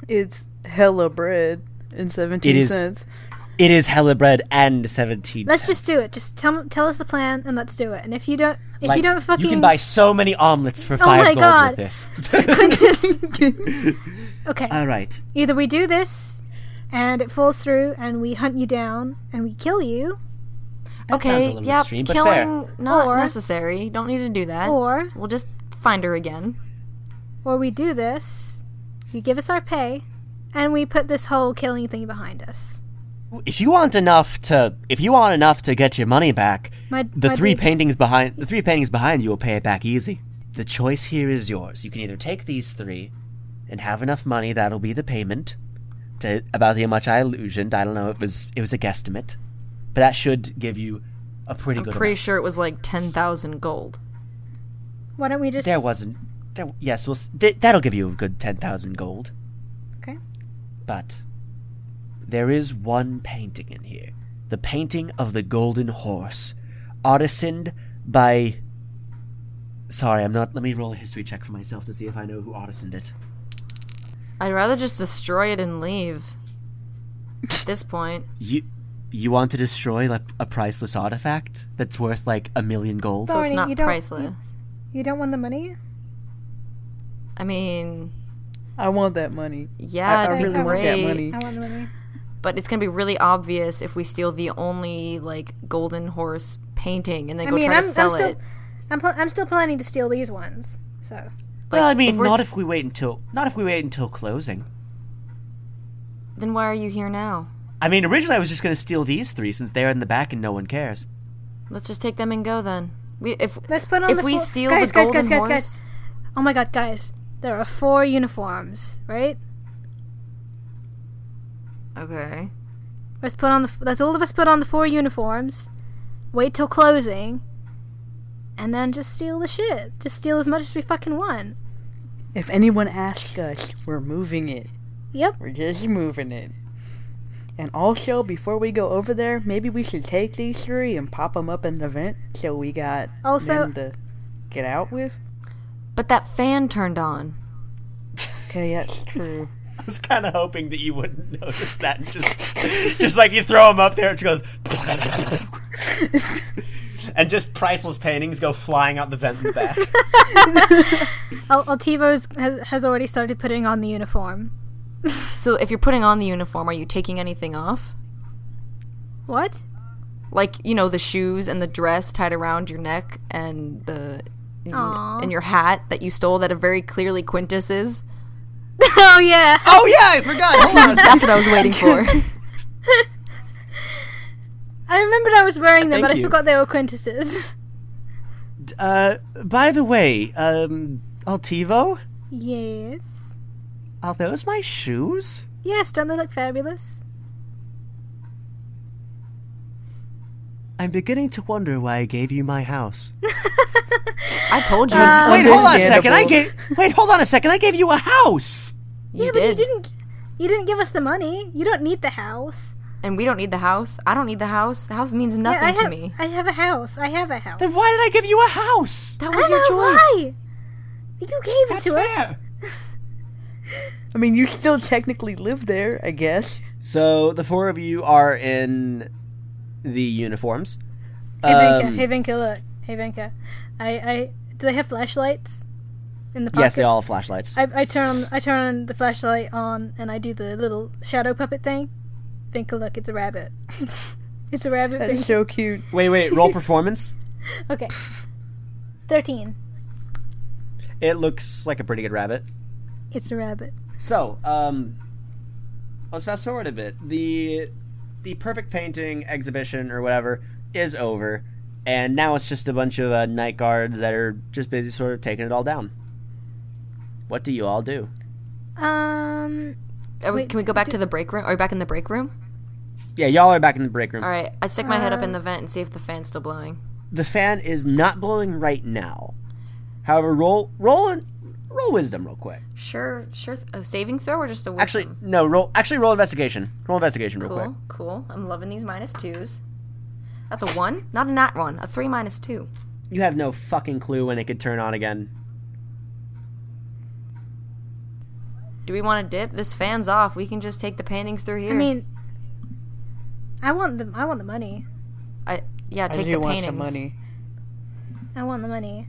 D: It's hella bread and 17
A: It is-
D: cents.
A: It is hella bread and seventeen.
B: Let's just
A: cents.
B: do it. Just tell tell us the plan and let's do it. And if you don't, if
A: Like,
B: you don't fucking, Oh
A: you can buy so many omelets for five
B: my
A: gold
B: God.
A: with this.
B: okay,
A: All right,
B: either we do this, and it falls through, and we hunt you down and we kill you,
A: that sounds a
C: okay,
A: little
C: yeah,
A: extreme, but fair.
C: killing not
B: Or-
C: necessary. Don't need to do that.
B: or
C: we'll just find her again.
B: or we do this, you give us our pay, and we put this whole killing thing behind us.
A: If you want enough to, if you want enough to get your money back,
B: My
A: the
B: my
A: three
B: big-
A: paintings behind the three paintings behind you will pay it back easy. The choice here is yours. You can either take these three and have enough money that'll be the payment to about how much I illusioned. I don't know. It was it was a guesstimate, but that should give you a pretty
C: I'm
A: good.
C: pretty
A: amount.
C: sure it was like ten thousand gold.
B: Why don't we just
A: there wasn't. There, yes, well, s- th- that'll give you a good ten thousand gold.
B: Okay.
A: But there is one painting in here. The painting of the Golden Horse, artisaned by. Sorry, I'm not. Let me roll a history check for myself to see if I know who artisaned it.
C: I'd rather just destroy it and leave. At this point,
A: You, you want to destroy like a priceless artifact that's worth like a million gold?
C: so it's
B: Barney,
C: not
B: you don't-
C: priceless.
B: you- You don't want the money?
C: I mean,
D: I want that money.
C: yeah,
D: I
C: it'd be
D: really want that
C: great,
D: money.
B: I want the money.
C: but it's gonna be really obvious if we steal the only like golden horse painting and then
B: I
C: go
B: mean,
C: try
B: I'm,
C: to
B: I'm
C: sell
B: still,
C: it.
B: I'm, pl- I'm still planning to steal these ones. So
A: well, I
C: Like,
A: mean,
C: if we're-
A: not if we wait until not if we wait until closing.
C: Then why are you here now?
A: I mean, originally I was just going to steal these three since they're in the back and no one cares.
C: Let's just take them and go then. We if
B: let's put on
C: if
B: the
C: we
B: full-
C: steal
B: guys,
C: the
B: guys,
C: golden
B: guys, guys,
C: horse,
B: guys. Oh my god, guys! There are four uniforms, right?
C: okay.
B: Let's put on the. f- Let's all of us put on the four uniforms. Wait till closing, and then just steal the shit. Just steal as much as we fucking want.
D: If anyone asks us, we're moving it.
B: Yep.
D: We're just moving it. And also, before we go over there, maybe we should take these three and pop them up in the vent so we got
B: Also,
D: them to get out with.
C: But that fan turned on.
D: Okay, that's true.
A: I was kind of hoping that you wouldn't notice that. And just, just like you throw them up there, it goes, and just priceless paintings go flying out the vent in the back.
B: Al- Altivo's has has already started putting on the uniform.
C: So if you're putting on the uniform, are you taking anything off?
B: What?
C: Like you know the shoes and the dress tied around your neck and the
B: Aw.
C: and your hat that you stole that are very clearly Quintus's.
B: oh yeah.
A: oh yeah, I forgot. Hold on.
C: That's what I was waiting for.
B: I remembered I was wearing them,
A: Thank
B: but
A: you.
B: I forgot they were Quintus's.
A: Uh, by the way, um, Altivo,
B: yes.
A: are those my shoes?
B: Yes, don't they look fabulous?
A: I'm beginning to wonder why I gave you my house.
C: I told you.
A: Wait, hold on a second. I gave.
D: Understandable.
A: Wait, hold on a second. I gave you a house.
C: you
B: yeah, but
C: did.
B: you didn't. You didn't give us the money. You don't need the house.
C: And we don't need the house. I don't need the house. The house means
B: Yeah,
C: nothing
B: I
C: to
B: have,
C: me.
B: I have a house. I have a house.
A: Then why did I give you a house?
C: That
B: I
C: was
B: don't
C: your
B: know
C: choice.
B: why. You gave
A: That's
B: it to us.
A: fair.
D: I mean, you still technically live there, I guess.
A: So the four of you are in the uniforms.
B: Hey Venka,
A: Um,
B: hey Venka, look. Hey Venka, I, I do they have flashlights in the pocket?
A: yes, they all have flashlights.
B: I, I turn on, I turn on the flashlight on and I do the little shadow puppet thing. Venka, look, it's a rabbit. it's a rabbit.
D: That is
B: Venka.
D: so cute.
A: Wait, wait. Roll performance.
B: Okay, thirteen.
A: It looks like a pretty good rabbit.
B: It's a rabbit.
A: So, um, let's fast forward a bit. the The perfect painting exhibition or whatever is over, and now it's just a bunch of uh, night guards that are just busy, sort of taking it all down. What do you all do?
B: Um,
C: Are we-
B: Wait,
C: can we go back to the break room? Are we back in the break room?
A: Yeah, y'all are back in the break room.
C: All right. I stick my head up in the vent and see if the fan's still blowing.
A: The fan is not blowing right now. However, roll roll and roll wisdom real quick.
C: Sure. Sure. th- a saving throw or just a wisdom?
A: Actually, no. Roll actually roll investigation. Roll investigation real
C: cool.
A: quick.
C: Cool. I'm loving these minus twos. That's a one, not a nat one. A three minus two.
A: You have no fucking clue when it could turn on again.
C: Do we want to dip? This fan's off. We can just take the paintings through here.
B: I mean, I want the I want the money.
C: I yeah,
D: I
C: take
D: do
C: the
D: want
C: paintings.
D: some money.
B: I want the money.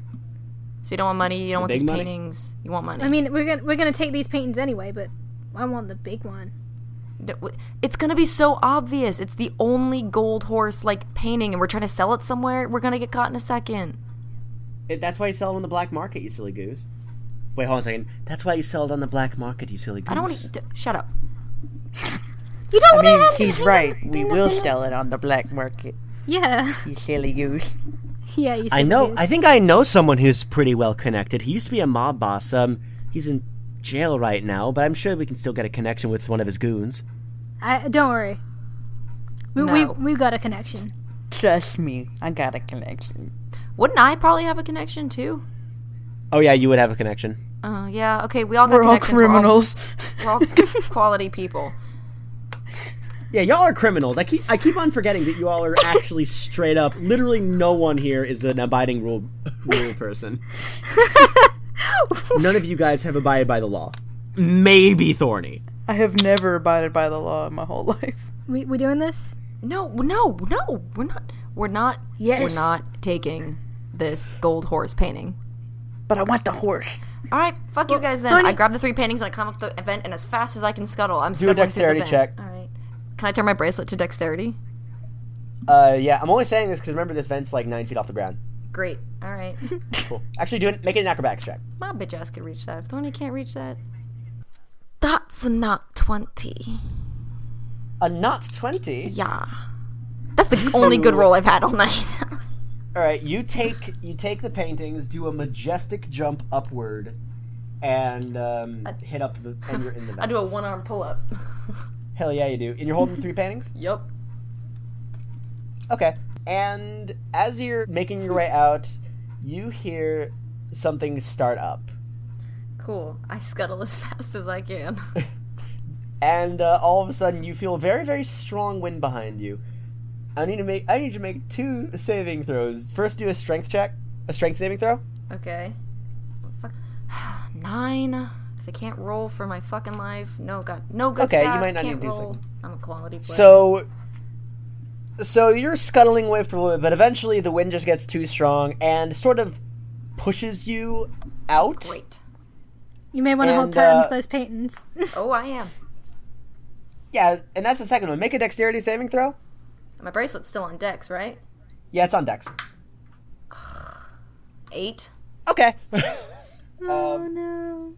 C: So you don't want money. You don't want
A: big
C: these
A: money?
C: paintings. You want money.
B: I mean, we're gonna we're gonna take these paintings anyway, but I want the big one.
C: D- w- It's gonna be so obvious. It's the only gold horse like painting, and we're trying to sell it somewhere. We're gonna get caught in a second.
A: It, that's why you sell it on the black market, you silly goose. Wait, hold on a second. That's why you sell it on the black market, you silly goose.
C: I don't want to. D- shut up.
B: You don't
D: I
B: want
D: mean,
B: to.
D: she's right. We will sell it on the black market,
B: Yeah,
D: you silly goose.
B: yeah. You
A: I
B: said
A: know.
B: you-
A: I think I know someone who's pretty well connected. He used to be a mob boss. Um, he's in jail right now, but I'm sure we can still get a connection with one of his goons.
B: I don't worry. We
C: No.
B: we we got a connection.
D: Trust me, I got a connection.
C: Wouldn't I probably have a connection too?
A: Oh yeah, you would have a connection.
C: Oh yeah. Okay, we all got
D: We're all
C: connections.
D: criminals.
C: We're all, we're all quality people.
A: Yeah, y'all are criminals. I keep I keep on forgetting that you all are actually straight up. Literally, no one here is an abiding rule rule person. None of you guys have abided by the law. Maybe Thorny.
D: I have never abided by the law in my whole life.
B: We we doing this?
C: No, no, no. We're not. We're not.
D: Yes.
C: We're not taking this gold horse painting.
D: But I want the horse.
C: All right, fuck you guys then.
B: Tony-
C: I grab the three paintings and I climb up the event, and as fast as I can scuttle, I'm
A: a
C: scuttling
A: dexterity
C: through the
A: check.
C: vent. All right. Can I turn my bracelet to dexterity?
A: Uh, yeah, I'm only saying this because remember this vent's like nine feet off the ground.
C: Great. All right.
A: Cool. Actually, do it. Make it an acrobatics check.
C: my bitch ass could reach that. If Thorny can't reach that, that's a not twenty.
A: A not twenty.
C: Yeah. That's the only good roll I've had all night.
A: All right, you take you take the paintings, do a majestic jump upward, and um, hit up the and you're in the.
C: I do a
A: vents.
C: one arm pull up.
A: Hell yeah, you do. And you're holding three paintings.
C: Yep.
A: Okay. And as you're making your way out, you hear something start up,
C: Cool. I scuttle as fast as I can.
A: and uh, all of a sudden you feel a very very strong wind behind you. I need to make I need you to make two saving throws. First, do a strength check, a strength saving throw.
C: Okay. Fuck. Nine. 'Cause I can't roll for my fucking life. No god. No good
A: Okay, you
C: stats.
A: might not
C: can't
A: need to do
C: roll.
A: something.
C: I'm a quality player.
A: So, so you're scuttling away for a little bit, but eventually the wind just gets too strong and sort of pushes you out.
C: great.
B: You may want to
A: And,
B: hold tight
A: uh,
B: to those paintings.
C: Oh, I am.
A: Yeah, and that's the second one. Make a dexterity saving throw.
C: My bracelet's still on Dex, right?
A: Yeah, it's on dex.
C: Eight.
A: Okay. um,
B: no.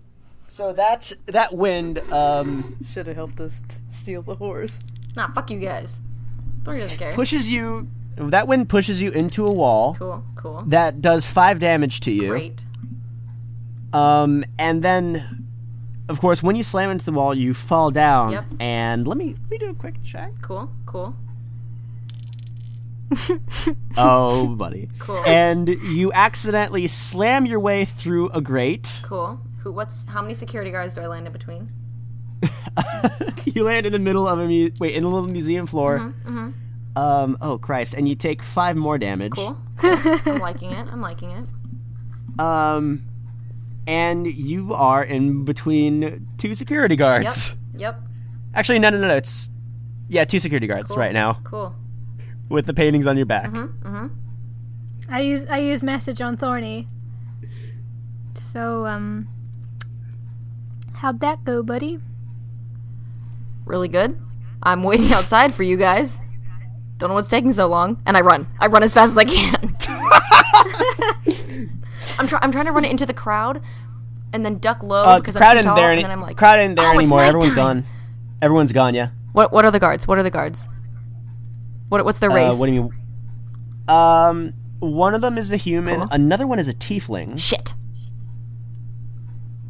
A: so that that wind, um,
D: Should have helped us t- steal the horse.
C: Nah, fuck you guys. Thorny doesn't care.
A: pushes you. That wind pushes you into a wall.
C: Cool. Cool.
A: That does five damage to you.
C: Great.
A: Um, and then, of course, when you slam into the wall, you fall down.
C: Yep.
A: And let me let me do a quick check.
C: Cool. Cool.
A: oh, buddy.
C: Cool.
A: And you accidentally slam your way through a grate.
C: Cool. Who? What's? How many security guards do I land in between?
A: you land in the middle of a mu- wait in the little museum floor.
C: Mm-hmm,
A: Um, oh Christ! And you take five more damage.
C: Cool. Cool. I'm liking it. I'm liking it.
A: Um, and you are in between two security
C: Yep.
A: guards.
C: Yep.
A: Actually, no, no, no, no. It's yeah, two security guards
C: Cool. Mm-hmm.
A: right now
C: Cool.
A: with the paintings on your back. Uh,
B: I use I use message on Thorny. So um, how'd that go, buddy?
C: Really good. I'm waiting outside for you guys. Don't know what's taking so long. And I run. I run as fast as I can. I'm, try- I'm trying to run it into the crowd and then duck low
A: Uh,
C: because
A: crowd
C: I'm too
A: isn't
C: tall.
A: there
C: and
A: any-
C: then I'm like,
A: crowd isn't there
C: "Oh, it's
A: anymore. Everyone's
C: nighttime."
A: gone. Everyone's gone. Yeah.
C: What what are the guards? What are the guards? What what's their race?
A: Uh, what do you mean? Um, one of them is a human.
C: Cool.
A: Another one is a tiefling.
C: Shit.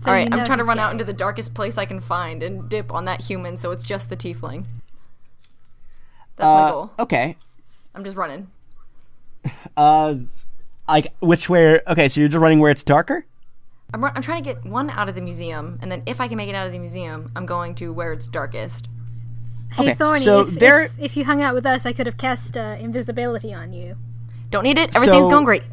B: So
C: All right,
B: you know
C: I'm trying to
B: he's
C: run
B: gay.
C: out into the darkest place I can find and dip on that human, so it's just the tiefling. That's my
A: Uh,
C: goal.
A: okay.
C: I'm just running.
A: Uh, like which where? Okay, so you're just running where it's darker.
C: I'm, run- I'm trying to get one out of the museum, and then if I can make it out of the museum, I'm going to where it's darkest.
B: Hey
A: Okay,
B: Thorny,
A: so
B: if,
A: there-
B: if, if you hung out with us, I could have cast uh, invisibility on you.
C: Don't need it. Everything's
A: So-
C: going great.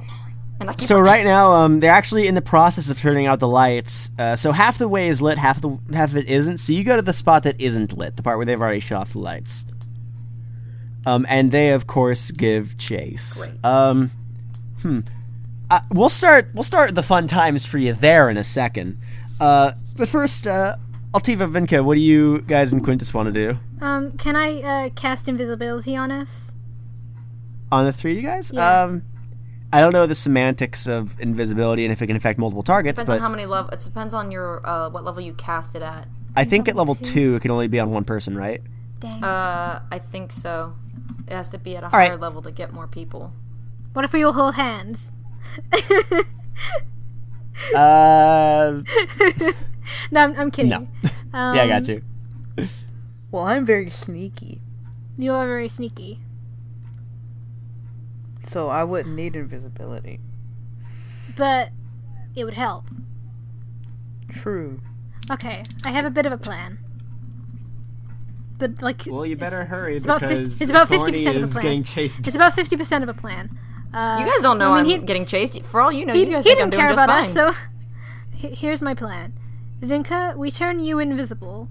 C: And I keep
A: So right now, um, they're actually in the process of turning out the lights. Uh, so half the way is lit, half the half of it isn't. So you go to the spot that isn't lit, the part where they've already shut off the lights. Um, and they of course give chase.
C: Great.
A: Um, hmm. Uh, we'll start. We'll start the fun times for you there in a second. Uh, but first, uh, Altiva Vinka, what do you guys and Quintus want to do?
B: Um, can I uh, cast invisibility on us?
A: on the three of you guys.
B: Yeah.
A: Um, I don't know the semantics of invisibility and if it can affect multiple targets,
C: depends
A: but
C: on how many level. It depends on your uh, what level you cast it at.
A: I think at level two it can only be on one person, right?
B: Dang.
C: Uh, I think so. It has to be at a
A: right.
C: higher level to get more people.
B: what if we all hold hands?
A: Uh,
B: no, I'm, I'm kidding.
A: no.
B: Um,
A: yeah, I got you.
D: Well, I'm very sneaky,
B: You are very sneaky.
D: so I wouldn't need invisibility.
B: but it would help.
D: True.
B: Okay, I have a bit of a plan. But like,
A: Well, you better hurry
B: about fif-
A: because
B: because it's about
A: Thorny
B: 50% of the
A: is
B: plan.
A: getting chased.
B: it's about fifty percent of a plan. Uh,
C: You guys don't know
B: I
C: I
B: mean,
C: am
B: he-
C: getting chased. For all you know,
B: He,
C: you guys
B: he
C: think I'm
B: didn't
C: doing
B: care about
C: just fine.
B: us, so he- here's my plan. Vinka, we turn you invisible.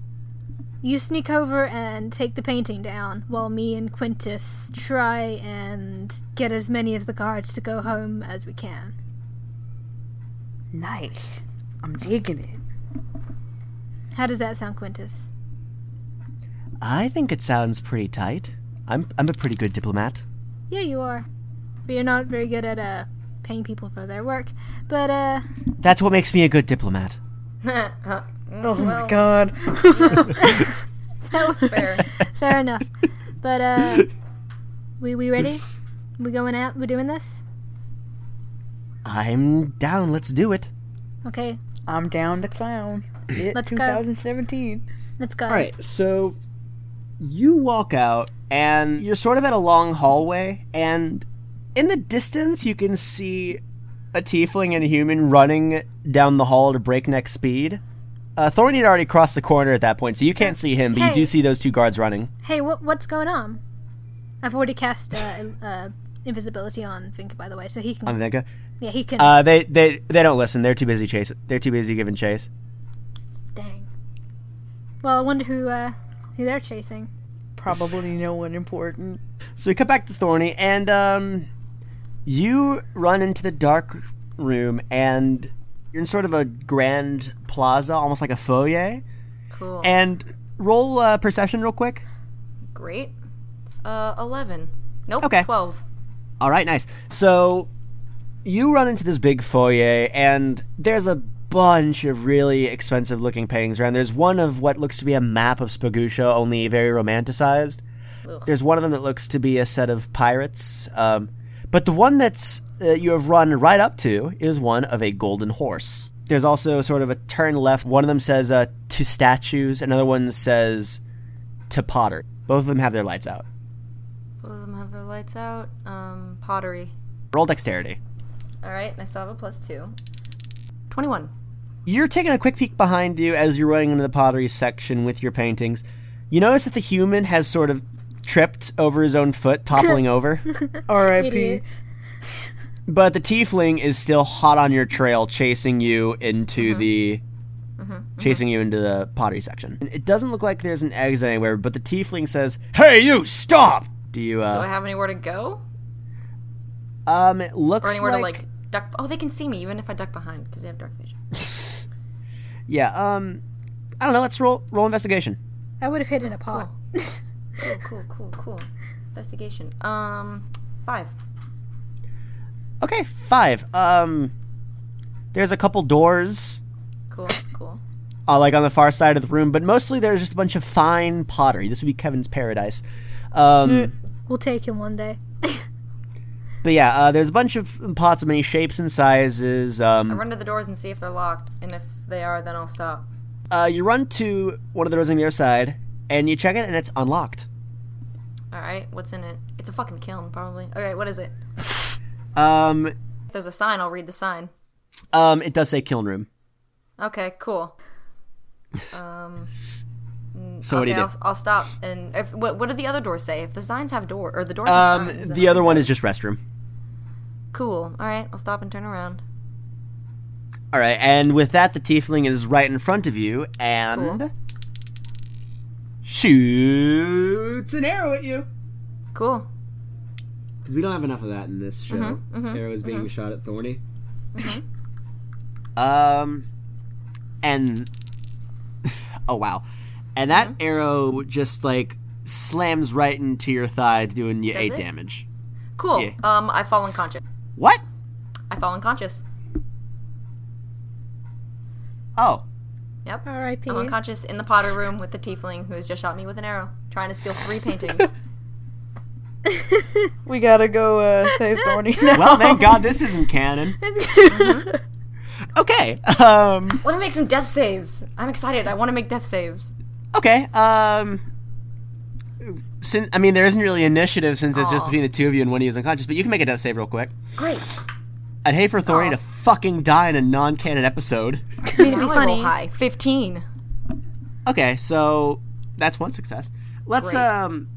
B: You sneak over and take the painting down, while me and Quintus try and get as many of the guards to go home as we can.
D: Nice. I'm digging it.
B: How does that sound, Quintus?
A: I think it sounds pretty tight. I'm I'm a pretty good diplomat.
B: Yeah, you are. But you're not very good at uh, paying people for their work. But uh,
A: That's what makes me a good diplomat.
D: Oh my god.
B: that was
C: Fair.
B: fair enough. But uh, we we ready? We going out? We doing this?
A: I'm down. Let's do it.
B: Okay,
D: I'm down to clown. It
B: Let's go.
D: 2017.
B: let's go.
A: All right, so you walk out, and you're sort of at a long hallway, and in the distance, you can see a tiefling and a human running down the hall at a breakneck speed. Uh, Thorny had already crossed the corner at that point, so you can't see him, but you
B: Hey.
A: do see those two guards running.
B: Hey, what what's going on? I've already cast uh, in- uh, invisibility on Vinka, by the way, so he can.
A: On Vinka.
B: yeah, he can.
A: Uh, they they they don't listen. They're too busy chasing. They're too busy giving chase.
B: dang. Well, I wonder who uh, who they're chasing.
D: Probably no one important.
A: So we cut back to Thorny, and um, you run into the dark room, and you're in sort of a grand plaza, almost like a foyer.
C: Cool.
A: And roll uh, perception real quick.
C: Great. Uh, eleven. Nope.
A: Okay.
C: Twelve.
A: All right, nice. So you run into this big foyer, and there's a bunch of really expensive looking paintings around. There's one of what looks to be a map of Spagusha, only very romanticized.
C: Ugh.
A: There's one of them that looks to be a set of pirates. Um, but the one that's uh, you have run right up to is one of a golden horse. There's also sort of a turn left. One of them says uh, to statues, another one says to potter. Both of them have their lights out.
C: Both of them have their lights out. Um, pottery.
A: Roll dexterity.
C: All right, and I still have a plus two. Twenty-one.
A: You're taking a quick peek behind you as you're running into the pottery section with your paintings. You notice that the human has sort of tripped over his own foot, toppling over.
D: R.I.P.
B: Idiot.
A: But the tiefling is still hot on your trail, chasing you into
C: Mm-hmm.
A: the chasing you into the pottery section. And It doesn't look like there's an exit anywhere, but the tiefling says, "Hey, you stop!" Do you?
C: Do I
A: Uh,
C: have anywhere to go
A: um, it looks
C: or anywhere
A: like,
C: to like duck? Oh, they can see me even if I duck behind because they have dark vision.
A: yeah. Um, I don't know. Let's roll roll investigation.
B: I would have hit in a pot.
C: Cool, Oh, cool, cool, cool. Investigation. Um, five.
A: Okay, five. Um, there's a couple doors,
C: Cool, cool.
A: uh, like on the far side of the room, but mostly there's just a bunch of fine pottery. This would be Kevin's paradise. Um.
C: Mm.
B: We'll take him one day.
A: But yeah, uh, there's a bunch of pots of many shapes and sizes. Um,
C: Run to the doors and see if they're locked, and if they are, then I'll stop.
A: uh, you run to one of the doors on the other side, and you check it, and it's unlocked.
C: All right, what's in it? It's a fucking kiln, probably. Okay, what is it?
A: Um,
C: If there's a sign, I'll read the sign.
A: um, it does say kiln room.
C: Okay, cool.
A: So what do
C: okay,
A: you
C: I'll, I'll stop. And if, what, what do the other doors say? If the signs have door or the doors
A: do?
C: have
A: Um,
C: signs, then
A: the
C: I'll
A: other
C: read
A: one
C: those.
A: is just restroom.
C: cool. All right, I'll stop and turn around.
A: All right, and with that, the tiefling is right in front of you, and shoots an arrow at you.
C: Cool.
A: Because we don't have enough of that in this show. Arrows being shot at Thorny. um, and oh wow, and that arrow just like slams right into your thigh, doing you eight
C: it?
A: damage.
C: Cool.
A: Yeah.
C: Um, I fall unconscious.
A: What?
C: I fall unconscious.
A: Oh,
C: Yep.
B: R.I.P.
C: I'm unconscious in the Potter room with the tiefling who has just shot me with an arrow, trying to steal three paintings.
D: We gotta go uh, save Thorny now.
A: well, thank God this isn't canon.
C: Mm-hmm.
A: okay. Um.
C: Let me make some death saves. I'm excited. I want to make death saves.
A: Okay. Um. Since I mean, there isn't really initiative since it's just
C: Aw.
A: between the two of you and one of you is unconscious, but you can make a death save real quick.
C: Great.
A: I'd hate for Thorny
C: Aw.
A: to fucking die in a non-canon episode.
B: It'd be
C: Now I roll
B: funny.
C: high. Fifteen.
A: Okay, so that's one success. Let's
C: Great.
A: um.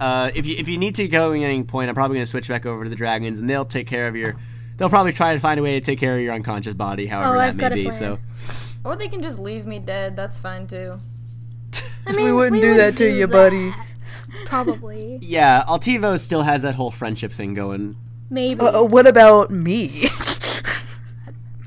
A: Uh, if you if you need to go at any point, I'm probably going to switch back over to the dragons, and they'll take care of your. They'll probably try and find a way to take care of your unconscious body, however
B: Oh,
A: that
B: I've
A: may
B: got a
A: be.
B: plan.
A: So
C: Or they can just leave me dead. That's fine too.
B: I mean,
D: we wouldn't do that to
B: do
D: you,
B: that.
D: buddy.
B: Probably.
A: yeah, Altivo still has that whole friendship thing going.
B: Maybe.
D: Uh, what about me?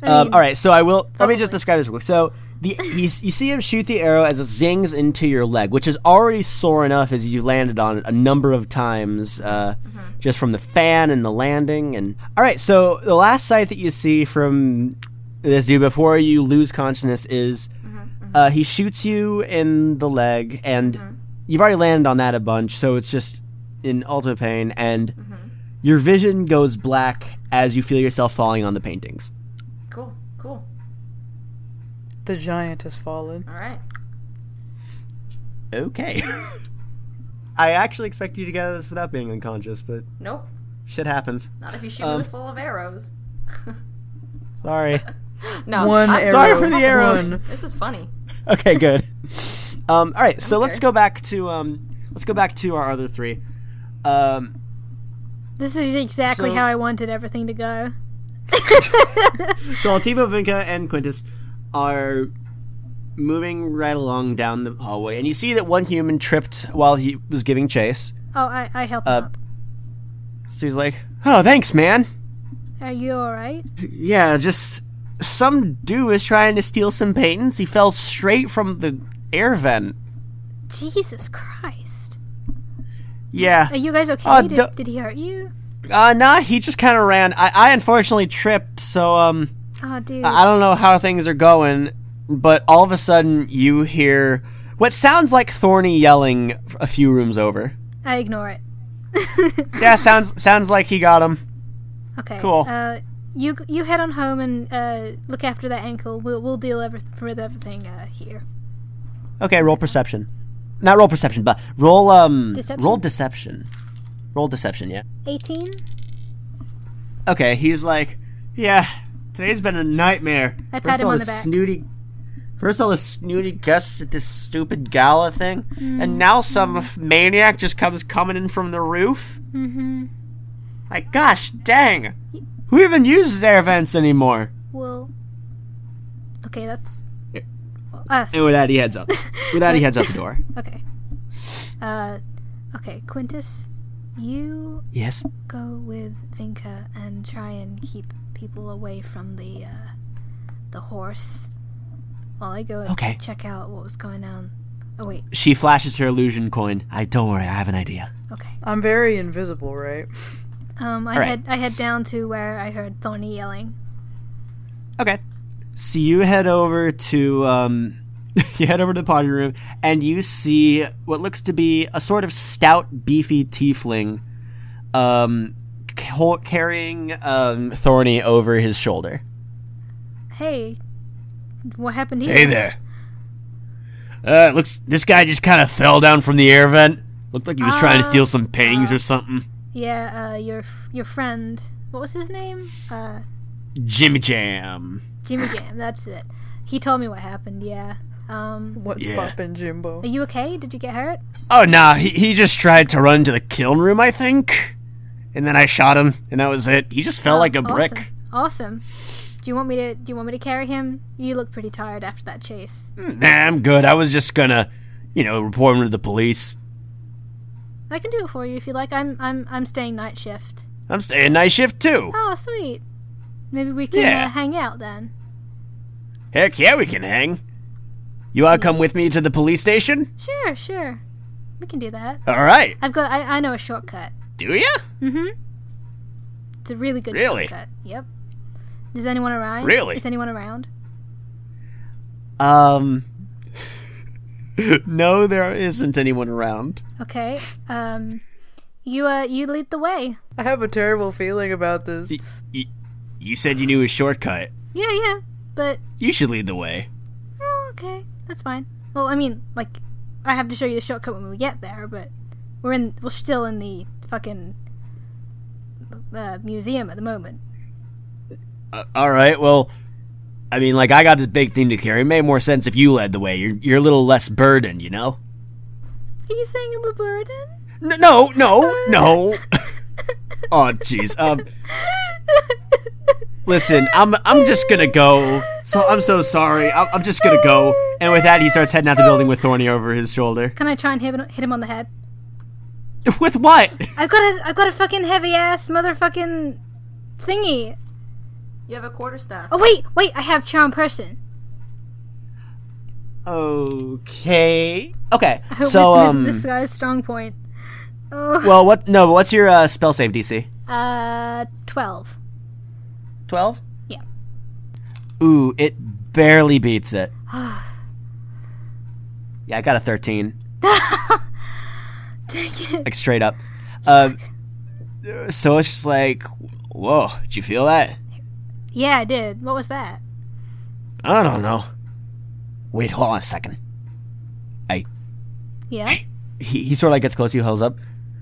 B: I
A: Um,
B: mean,
A: all right, so I will. Let me just describe this real quick. So the you, s- you see him shoot the arrow as it zings into your leg, which is already sore enough as you landed on it a number of times, uh, just from the fan and the landing. And all right, so the last sight that you see from this dude before you lose consciousness is Uh, he shoots you in the leg, and you've already landed on that a bunch, so it's just in ultimate pain and. Your vision goes black as you feel yourself falling on the paintings.
C: Cool. Cool.
D: the giant has fallen.
C: All right.
A: Okay. I actually expected you to get this without being unconscious, but
C: Nope.
A: shit happens.
C: Not if you shoot
A: Um,
C: me with full of arrows.
A: Sorry.
C: No.
D: One
C: I-
D: arrow.
A: sorry for the arrows.
D: One.
C: This is funny.
A: Okay, good. Um, all right, so let's
C: Okay.
A: go back to um, let's go back to our other three. Um,
B: This is exactly
A: So-
B: how I wanted everything to go.
A: so Altivo, Vinca, and Quintus are moving right along down the hallway, and you see that one human tripped while he was giving chase.
B: Oh, I, I helped
A: Uh,
B: him up.
A: So he's like, "Oh, thanks, man."
B: Are you alright?
A: Yeah, just some dude was trying to steal some patents. He fell straight from the air vent.
B: Jesus Christ.
A: Yeah.
B: Are you guys okay?
A: Uh,
B: did,
A: du-
B: did he hurt you?
A: Uh, nah, he just kind of ran. I, I unfortunately tripped, so um,
B: Oh, dude.
A: I don't know how things are going. But all of a sudden, you hear what sounds like Thorny yelling a few rooms over.
B: I ignore it.
A: Yeah, sounds sounds like he got him.
B: Okay.
A: Cool.
B: Uh, you you head on home and uh, look after that ankle. We'll we'll deal everyth- with everything uh, here.
A: Okay, roll perception. Not roll perception, but roll um
B: Deception.
A: roll deception. Roll deception, yeah.
B: 18?
A: Okay, he's like, yeah, today's been a nightmare.
B: I pat
A: first
B: him
A: all
B: on
A: this
B: the back.
A: snooty, first all this snooty Gus at this stupid gala thing,
B: Mm.
A: and now some f- maniac just comes coming in from the roof. Mm-hmm. Like, gosh, dang, who even uses air vents anymore?
B: Well. Okay, that's. Us.
A: And with that, he heads up. With that, he heads out the door.
B: Okay. Uh, okay, Quintus, you
A: Yes.
B: go with Vinca and try and keep people away from the uh, the horse while I go and
A: Okay.
B: check out what was going on. Oh wait,
A: She flashes her illusion coin. I don't worry, I have an idea.
B: okay.
E: I'm very invisible, right?
B: Um, I
A: All right.
B: head I head down to where I heard Thorny yelling.
A: Okay. So you head over to um, you head over to the party room, and you see what looks to be a sort of stout, beefy tiefling, um, c- hol- carrying um, Thorny over his shoulder.
B: Hey, what happened here?
A: there. Uh, it looks this guy just kind of fell down from the air vent. Looked like he was trying to steal some pangs or something.
B: Yeah, uh, your your friend. What was his name? Uh,
A: Jimmy Jam.
B: Jimmy Jam. That's it. He told me what happened. Yeah. Um,
E: What's
A: Yeah.
E: poppin', Jimbo?
B: are you okay? Did you get hurt?
A: Oh nah, he, he just tried to run to the kiln room, I think. And then I shot him, and that was it. He just fell like a brick.
B: Oh, Awesome. awesome. Do you want me to? Do you want me to carry him? You look pretty tired after that chase.
A: Nah, I'm good. I was just gonna, you know, report him to the police.
B: I can do it for you if you like. I'm I'm I'm staying night shift.
A: I'm staying night shift too.
B: Oh, sweet. Maybe we can
A: Yeah.
B: uh, hang out then.
A: Heck yeah, we can hang. You wanna come with me to the police station?
B: Sure, sure. We can do that.
A: All right.
B: I've got. I, I know a shortcut.
A: Do ya?
B: Mm-hmm. It's a really good
A: Really?
B: shortcut. Yep. Is anyone around?
A: Really?
B: Is anyone around?
A: Um. no, there isn't anyone around.
B: Okay. Um, you uh, you lead the way.
E: I have a terrible feeling about this.
A: You said you knew a shortcut.
B: Yeah, yeah. But
A: You should lead the way.
B: Oh, okay. That's fine. Well, I mean, like, I have to show you the shortcut when we get there, but we're in, we're still in the fucking uh, museum at the moment.
A: Uh, all right. Well, I mean, like I got this big thing to carry. It made more sense if you led the way. You're you're a little less burdened, you know.
B: Are you saying I'm a burden?
A: N- no, no, no. oh, jeez. Um, listen, I'm I'm just gonna go. So I'm so sorry. I'm, I'm just gonna go. And with that, he starts heading out the building with Thorny over his shoulder.
B: Can I try and hit, hit him on the head?
A: with what?
B: I've got a I've got a fucking heavy ass motherfucking thingy.
C: You have a quarter staff.
B: Oh wait, wait, I have charm person.
A: Okay. Okay.
B: I hope
A: so
B: this, this-
A: um.
B: this guy's strong point. Oh,
A: Well, what? No. What's your uh, spell save DC?
B: uh, twelve.
A: Twelve.
B: Yeah.
A: Ooh, it barely beats it. yeah, I got a thirteen.
B: Dang it.
A: like straight up. Uh, so it's just like, whoa, did you feel that?
B: Yeah, I did. What was that?
A: I don't know. Wait, hold on a second.
B: Yeah,
A: He, he sort of like gets close to you, holds up.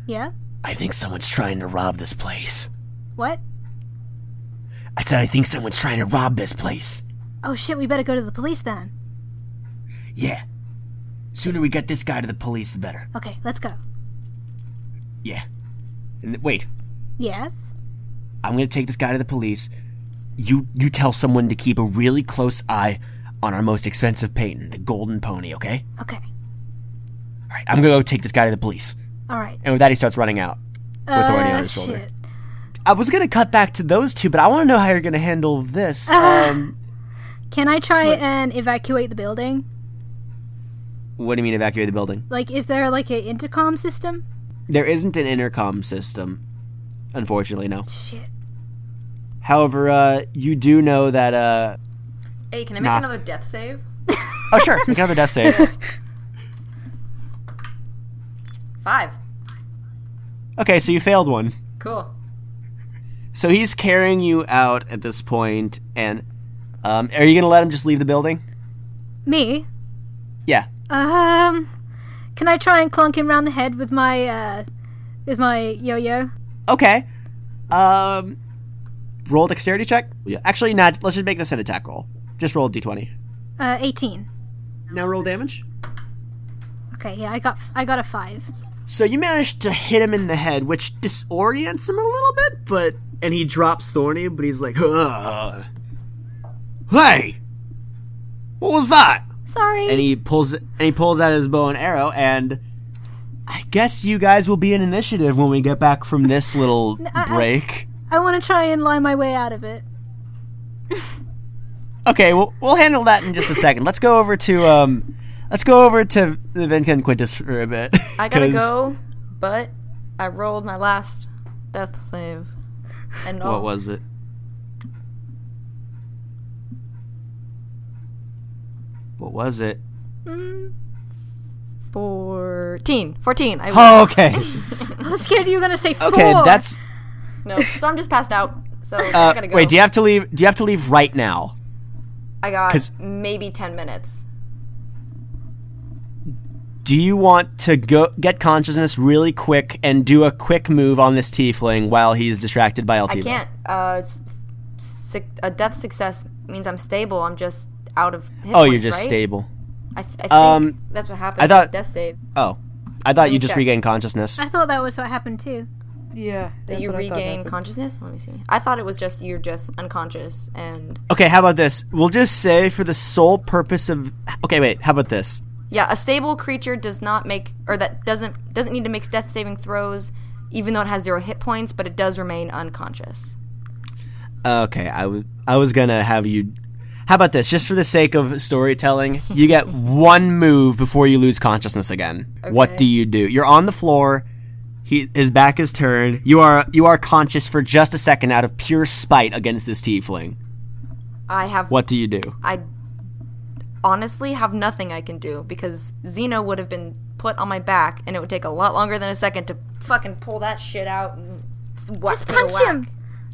B: yeah.
A: I think someone's trying to rob this place.
B: What?
A: I said, I think someone's trying to rob this place.
B: Oh shit, we better go to the police then.
A: Yeah. Sooner we get this guy to the police, the better.
B: Okay, let's go.
A: Yeah. And th- wait,
B: Yes.
A: I'm gonna take this guy to the police. You you tell someone to keep a really close eye on our most expensive patent, the golden pony. Okay.
B: Okay.
A: All right. I'm gonna go take this guy to the police.
B: All right. Uh,
A: And with that, he starts running out.
B: With
A: already on his shoulder. I was gonna cut back to those two, but I want to know how you're gonna handle this. Um,
B: Can I try and evacuate the building?
A: what do you mean evacuate the building?
B: Like, is there like an intercom system?
A: There isn't an intercom system, unfortunately. No.
B: Shit.
A: However, uh, you do know that. Uh,
C: Hey, can I make
A: Nah.
C: another death save?
A: oh, sure. Make another death save.
C: Five.
A: Okay, so you failed one.
C: Cool.
A: So he's carrying you out at this point, and um, are you gonna let him just leave the building?
B: Me?
A: Yeah.
B: Um. Can I try and clunk him round the head with my uh with my yo-yo?
A: Okay. Um, roll dexterity check. Yeah, Actually, not. Let's just make this an attack roll. Just roll a d20.
B: Uh 18.
A: Now roll damage.
B: Okay, yeah, I got I got a 5.
A: So you managed to hit him in the head, which disorients him a little bit, but and he drops Thorny, but he's like, Ugh. "Hey, what was that?"
B: Sorry.
A: And he pulls and he pulls out his bow and arrow, and I guess you guys will be in initiative when we get back from this little
B: I- I-
A: break.
B: I want to try and line my way out of it.
A: Okay, we'll we'll handle that in just a second. Let's go over to um, let's go over to Vinca and Quintus for a bit.
C: I gotta
A: 'cause-
C: go, but I rolled my last death save. And oh, all.
A: What was it? What was it?
C: 14. 14. I
A: Oh, okay.
B: I was scared you were gonna say four.
A: Okay, that's
C: No, so I'm just passed out. So I
A: uh,
C: gotta go.
A: wait, do you have to leave do you have to leave right now?
C: I got
A: 'cause-
C: maybe 10 minutes.
A: Do you want to go get consciousness really quick and do a quick move on this tiefling while he's distracted by Altivo?
C: I can't. Uh, s- sic- a death success means I'm stable. I'm just out of. Hit
A: Oh, you're
C: points,
A: just
C: right?
A: stable.
C: I, th- I think
A: Um,
C: that's what happened.
A: I thought-
C: with death save.
A: Oh. I thought you just
C: check.
A: regained consciousness.
B: I thought that was what happened too.
E: Yeah.
C: That
E: that's
C: you
E: what I thought
C: regain
E: happened.
C: consciousness. Let me see. I thought it was just you're just unconscious and
A: Okay, how about this? We'll just say for the sole purpose of Okay, wait. How about this?
C: Yeah, a stable creature does not make or that doesn't doesn't need to make death saving throws, even though it has zero hit points, but it does remain unconscious.
A: Okay, I wa- I was gonna have you. How about this? Just for the sake of storytelling, you get one move before you lose consciousness again. What
C: Okay.
A: do you do? You're on the floor. He, his back is turned. You are you are conscious for just a second out of pure spite against this tiefling.
C: I have
A: What do you do?
C: I honestly have nothing I can do because Xeno would have been put on my back and it would take a lot longer than a second to fucking pull that shit out and s- whack
B: Just
C: to the
B: punch
C: whack.
B: him.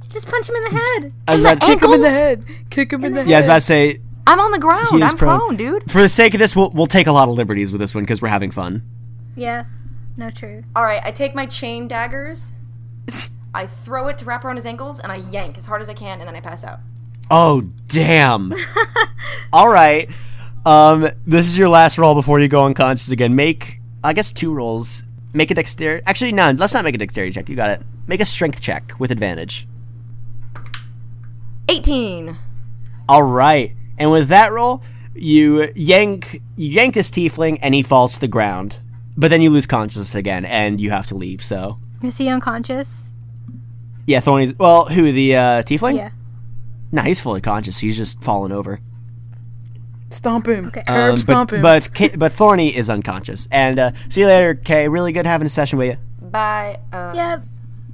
B: Just punch him in the head.
A: I was about to-
E: Kick him in the head. Kick him in the
A: Yeah, I was
E: head.
A: about to say.
C: I'm on the ground.
A: He is
C: I'm
A: prone.
C: prone, dude.
A: For the sake of this, we'll we'll take a lot of liberties with this one because we're having fun.
B: Yeah. No, true.
C: All right, I take my chain daggers. I throw it to wrap around his ankles and I yank as hard as I can and then I pass out.
A: Oh damn! All right, um, this is your last roll before you go unconscious again. Make I guess two rolls. Make a dexterity. Actually, no. Let's not make a dexterity check. You got it. Make a strength check with advantage.
C: 18.
A: All right, and with that roll, you yank you yank this tiefling, and he falls to the ground. But then you lose consciousness again, and you have to leave. So
B: Is he unconscious?
A: yeah, Thorny's. Well, who the uh, tiefling?
B: Yeah.
A: No, he's fully conscious. He's just fallen over.
E: Stomp him.
B: Okay.
E: Curb
A: Um,
E: stomp
A: but,
E: him.
A: But K- but Thorny is unconscious. And uh, see you later, Kay. Really good having a session with you.
C: By uh,
B: Yep.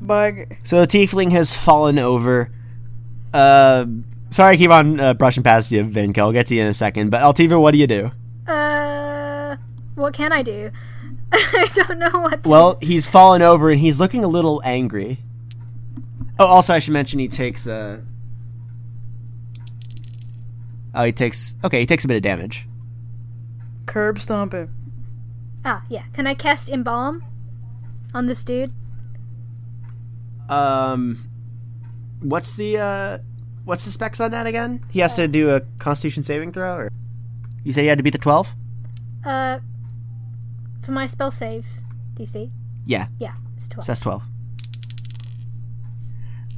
E: Bug.
A: So the tiefling has fallen over. Uh, sorry, I keep on uh, brushing past you, Vinka. I'll get to you in a second. But Altiva, what do you do?
B: Uh, what can I do? I don't know what. To
A: Well, he's fallen over and he's looking a little angry. Oh, also I should mention he takes uh Oh, he takes okay. He takes a bit of damage.
E: Curb stomp him.
B: ah, yeah. Can I cast embalm on this dude?
A: Um, what's the uh, what's the specs on that again? He has to do a Constitution saving throw, or you said he had to beat the twelve?
B: Uh, for my spell save, DC.
A: Yeah,
B: Yeah, it's twelve.
A: so that's twelve.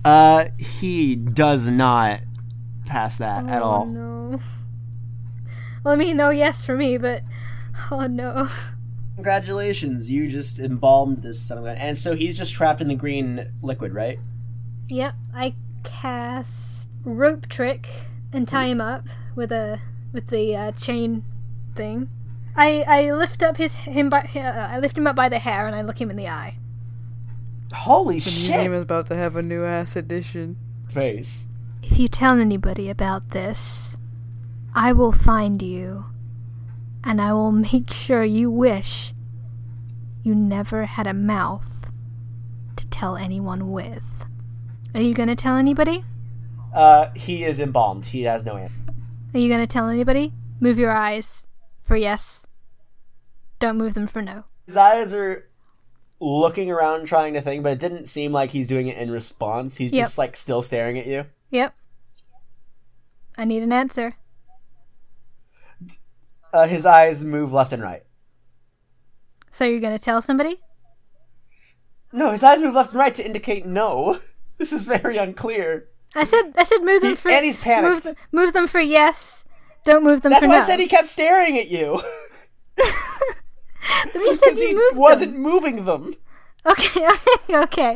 A: Uh, he does not pass that at
B: oh,
A: all.
B: No. Well, I mean, no, yes for me, but oh no.
A: Congratulations, you just embalmed this son of a. And so he's just trapped in the green liquid, right?
B: Yep, I cast rope trick and tie him up with a with the uh, chain thing. I I lift up his him by uh, I lift him up by the hair and I look him in the eye.
A: Holy
E: The museum is about to have a new ass edition.
A: Face.
B: If you tell anybody about this, I will find you and I will make sure you wish you never had a mouth to tell anyone with. Are you going to tell anybody?
A: Uh, he is embalmed. He has no answer.
B: Are you going to tell anybody? Move your eyes for yes. Don't move them for no.
A: His eyes are looking around, trying to think, but it didn't seem like he's doing it in response. He's
B: Yep.
A: just like still staring at you.
B: Yep. I need an answer.
A: Uh, his eyes move left and right.
B: So you're gonna tell somebody?
A: No, his eyes move left and right to indicate no. This is very unclear.
B: I said I said move them
A: He-
B: for
A: and he's
B: Move,
A: panicked.
B: th- move them for yes. Don't move them
A: That's
B: for
A: why
B: no.
A: I said he kept staring at you.
B: you said
A: he
B: you moved
A: wasn't
B: them.
A: moving them.
B: Okay, okay, okay.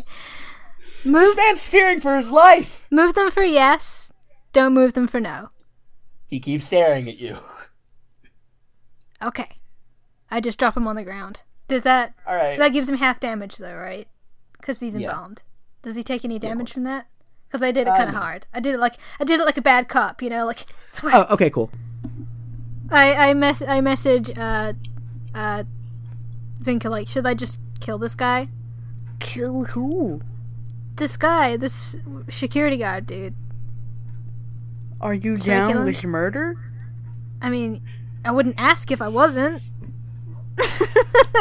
A: This
B: Move
A: man's fearing for his life.
B: move them for yes. Don't move them for no.
A: He keeps staring at you.
B: Okay. I just drop him on the ground. Does that
A: All right.
B: that gives him half damage though, right? Because he's
A: Yeah.
B: embalmed. Does he take any damage from that? Because I did it
A: Uh,
B: kind of
A: no.
B: hard. I did it like I did it like a bad cop, you know, like thwack.
A: oh, okay, cool.
B: I I mess I message uh uh Vinka like should I just kill this guy?
D: Kill who?
B: This guy, this security guard dude.
D: Are you
B: Should I kill him?
D: down with murder?
B: I mean, I wouldn't ask if I wasn't.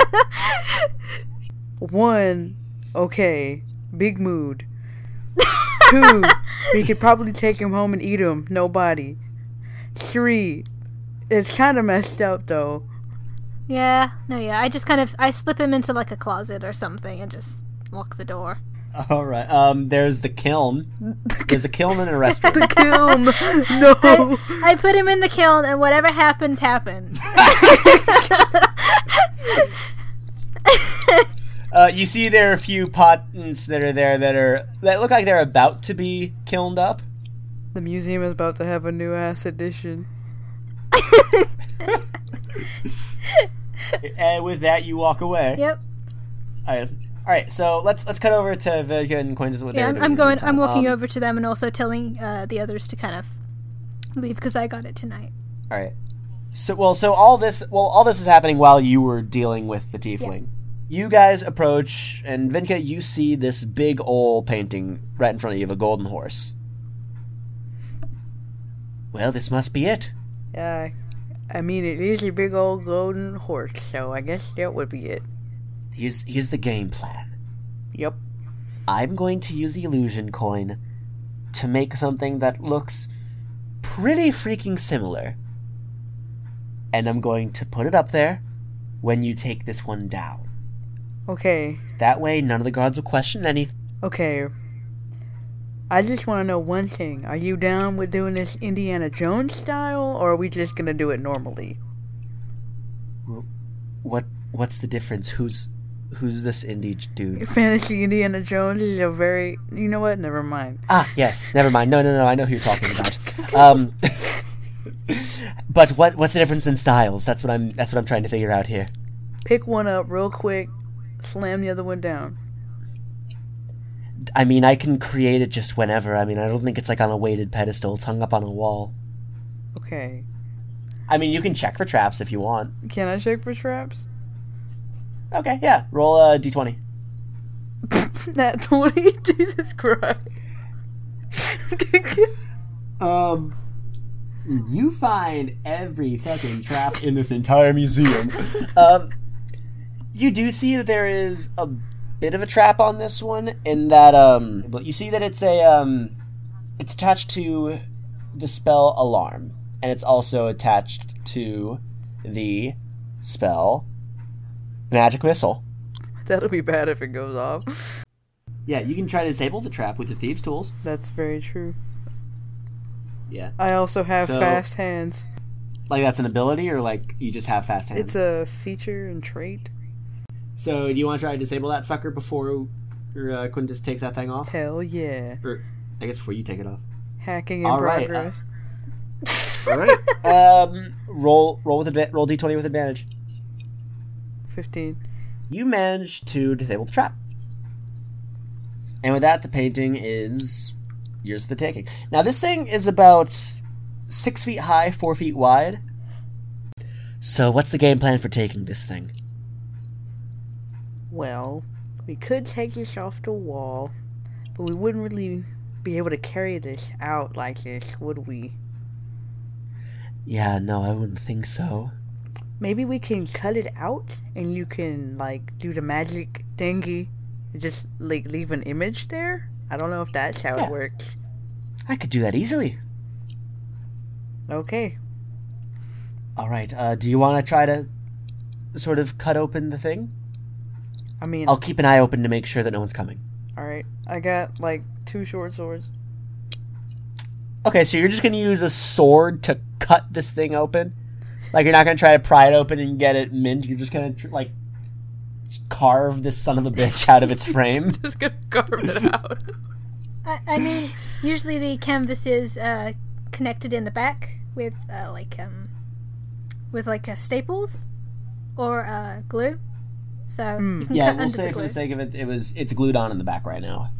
E: One, okay, big mood. Two, we could probably take him home and eat him. No body. Three, it's kind of messed up though.
B: yeah, no, yeah. I just kind of I slip him into like a closet or something and just lock the door.
A: All right. Um, there's the kiln. There's a kiln in a restaurant.
E: Kill him!
B: I,
E: No!
B: I put him in the kiln, and whatever happens, happens.
A: Uh, you see, there are a few potents that are there that are that look like they're about to be kilned up.
E: The museum is about to have a new ass edition.
A: And with that, you walk away.
B: yep.
A: I guess. All right. So let's let's cut over to Vidya and Quintus. What
B: Yeah,
A: they're doing
B: I'm, I'm
A: in the
B: going.
A: meantime.
B: I'm walking
A: Um,
B: over to them and also telling uh, the others to kind of leave because I got it tonight.
A: All right. So well, so all this well, all this is happening while you were dealing with the tiefling. You guys approach, and Vinka, you see this big old painting right in front of you of a golden horse. Well, this must be it.
E: Uh, I mean, it is a big old golden horse, so I guess that would be it.
A: Here's here's the game plan.
E: Yep.
A: I'm going to use the illusion coin to make something that looks pretty freaking similar. And I'm going to put it up there when you take this one down.
E: Okay,
A: That way, none of the guards will question anything.
E: okay. I just want to know one thing. Are you down with doing this Indiana Jones style, or are we just gonna do it normally?
A: What? What's the difference? Who's, who's this indie j- dude?
E: Fantasy Indiana Jones is a very. You know what? Never mind.
A: Ah, yes. Never mind. No, no, no. I know who you're talking about. Um, but what? What's the difference in styles? That's what I'm. That's what I'm trying to figure out here.
E: Pick one up real quick, slam the other one down.
A: I mean, I can create it just whenever. I mean, I don't think it's like on a weighted pedestal. It's hung up on a wall.
E: Okay.
A: I mean, you can check for traps if you want.
E: Can I check for traps?
A: Okay, yeah. Roll uh, a d20.
E: Nat 20? Jesus Christ.
A: Um, you find every fucking trap in this entire museum. um, you do see that there is a bit of a trap on this one, in that um, you see that it's a um, it's attached to the spell alarm, and it's also attached to the spell magic missile.
E: That'll be bad if it goes off.
A: Yeah, you can try to disable the trap with the thieves' tools.
E: That's very true.
A: Yeah,
E: I also have
A: So-
E: fast hands.
A: like that's an ability, or like you just have fast hands.
E: It's a feature and trait.
A: So, do you want to try to disable that sucker before your, uh, Quintus takes that thing off?
E: Hell yeah.
A: Or, I guess before you take it off.
E: Hacking in
A: All right, uh,
E: progress.
A: All right. um, roll roll with adva- roll d20 with advantage.
E: 15.
A: You manage to disable the trap, and with that, the painting is yours for the taking. Now, this thing is about six feet high, four feet wide. So, what's the game plan for taking this thing?
E: Well, we could take this off the wall, but we wouldn't really be able to carry this out like this, would we?
A: Yeah, no, I wouldn't think so.
E: Maybe we can cut it out and you can like do the magic thingy. and Just like leave an image there. I don't know if that's how
A: Yeah.
E: it works.
A: I could do that easily.
E: Okay.
A: All right. Uh, do you want to try to sort of cut open the thing?
E: I mean,
A: I'll keep an eye open to make sure that no one's coming.
E: all right. I got like two short swords.
A: Okay, so you're just gonna use a sword to cut this thing open. Like you're not gonna try to pry it open and get it mint. You're just gonna tr- like just carve this son of a bitch out of its frame.
D: Just gonna carve it out.
B: I, I mean, usually the canvas is uh, connected in the back with uh, like um, with like uh, staples or uh, glue. So you can
A: Hmm, yeah,
B: cut
A: we'll
B: under the
A: say for
B: glue.
A: the sake of it, it was it's glued on in the back right now.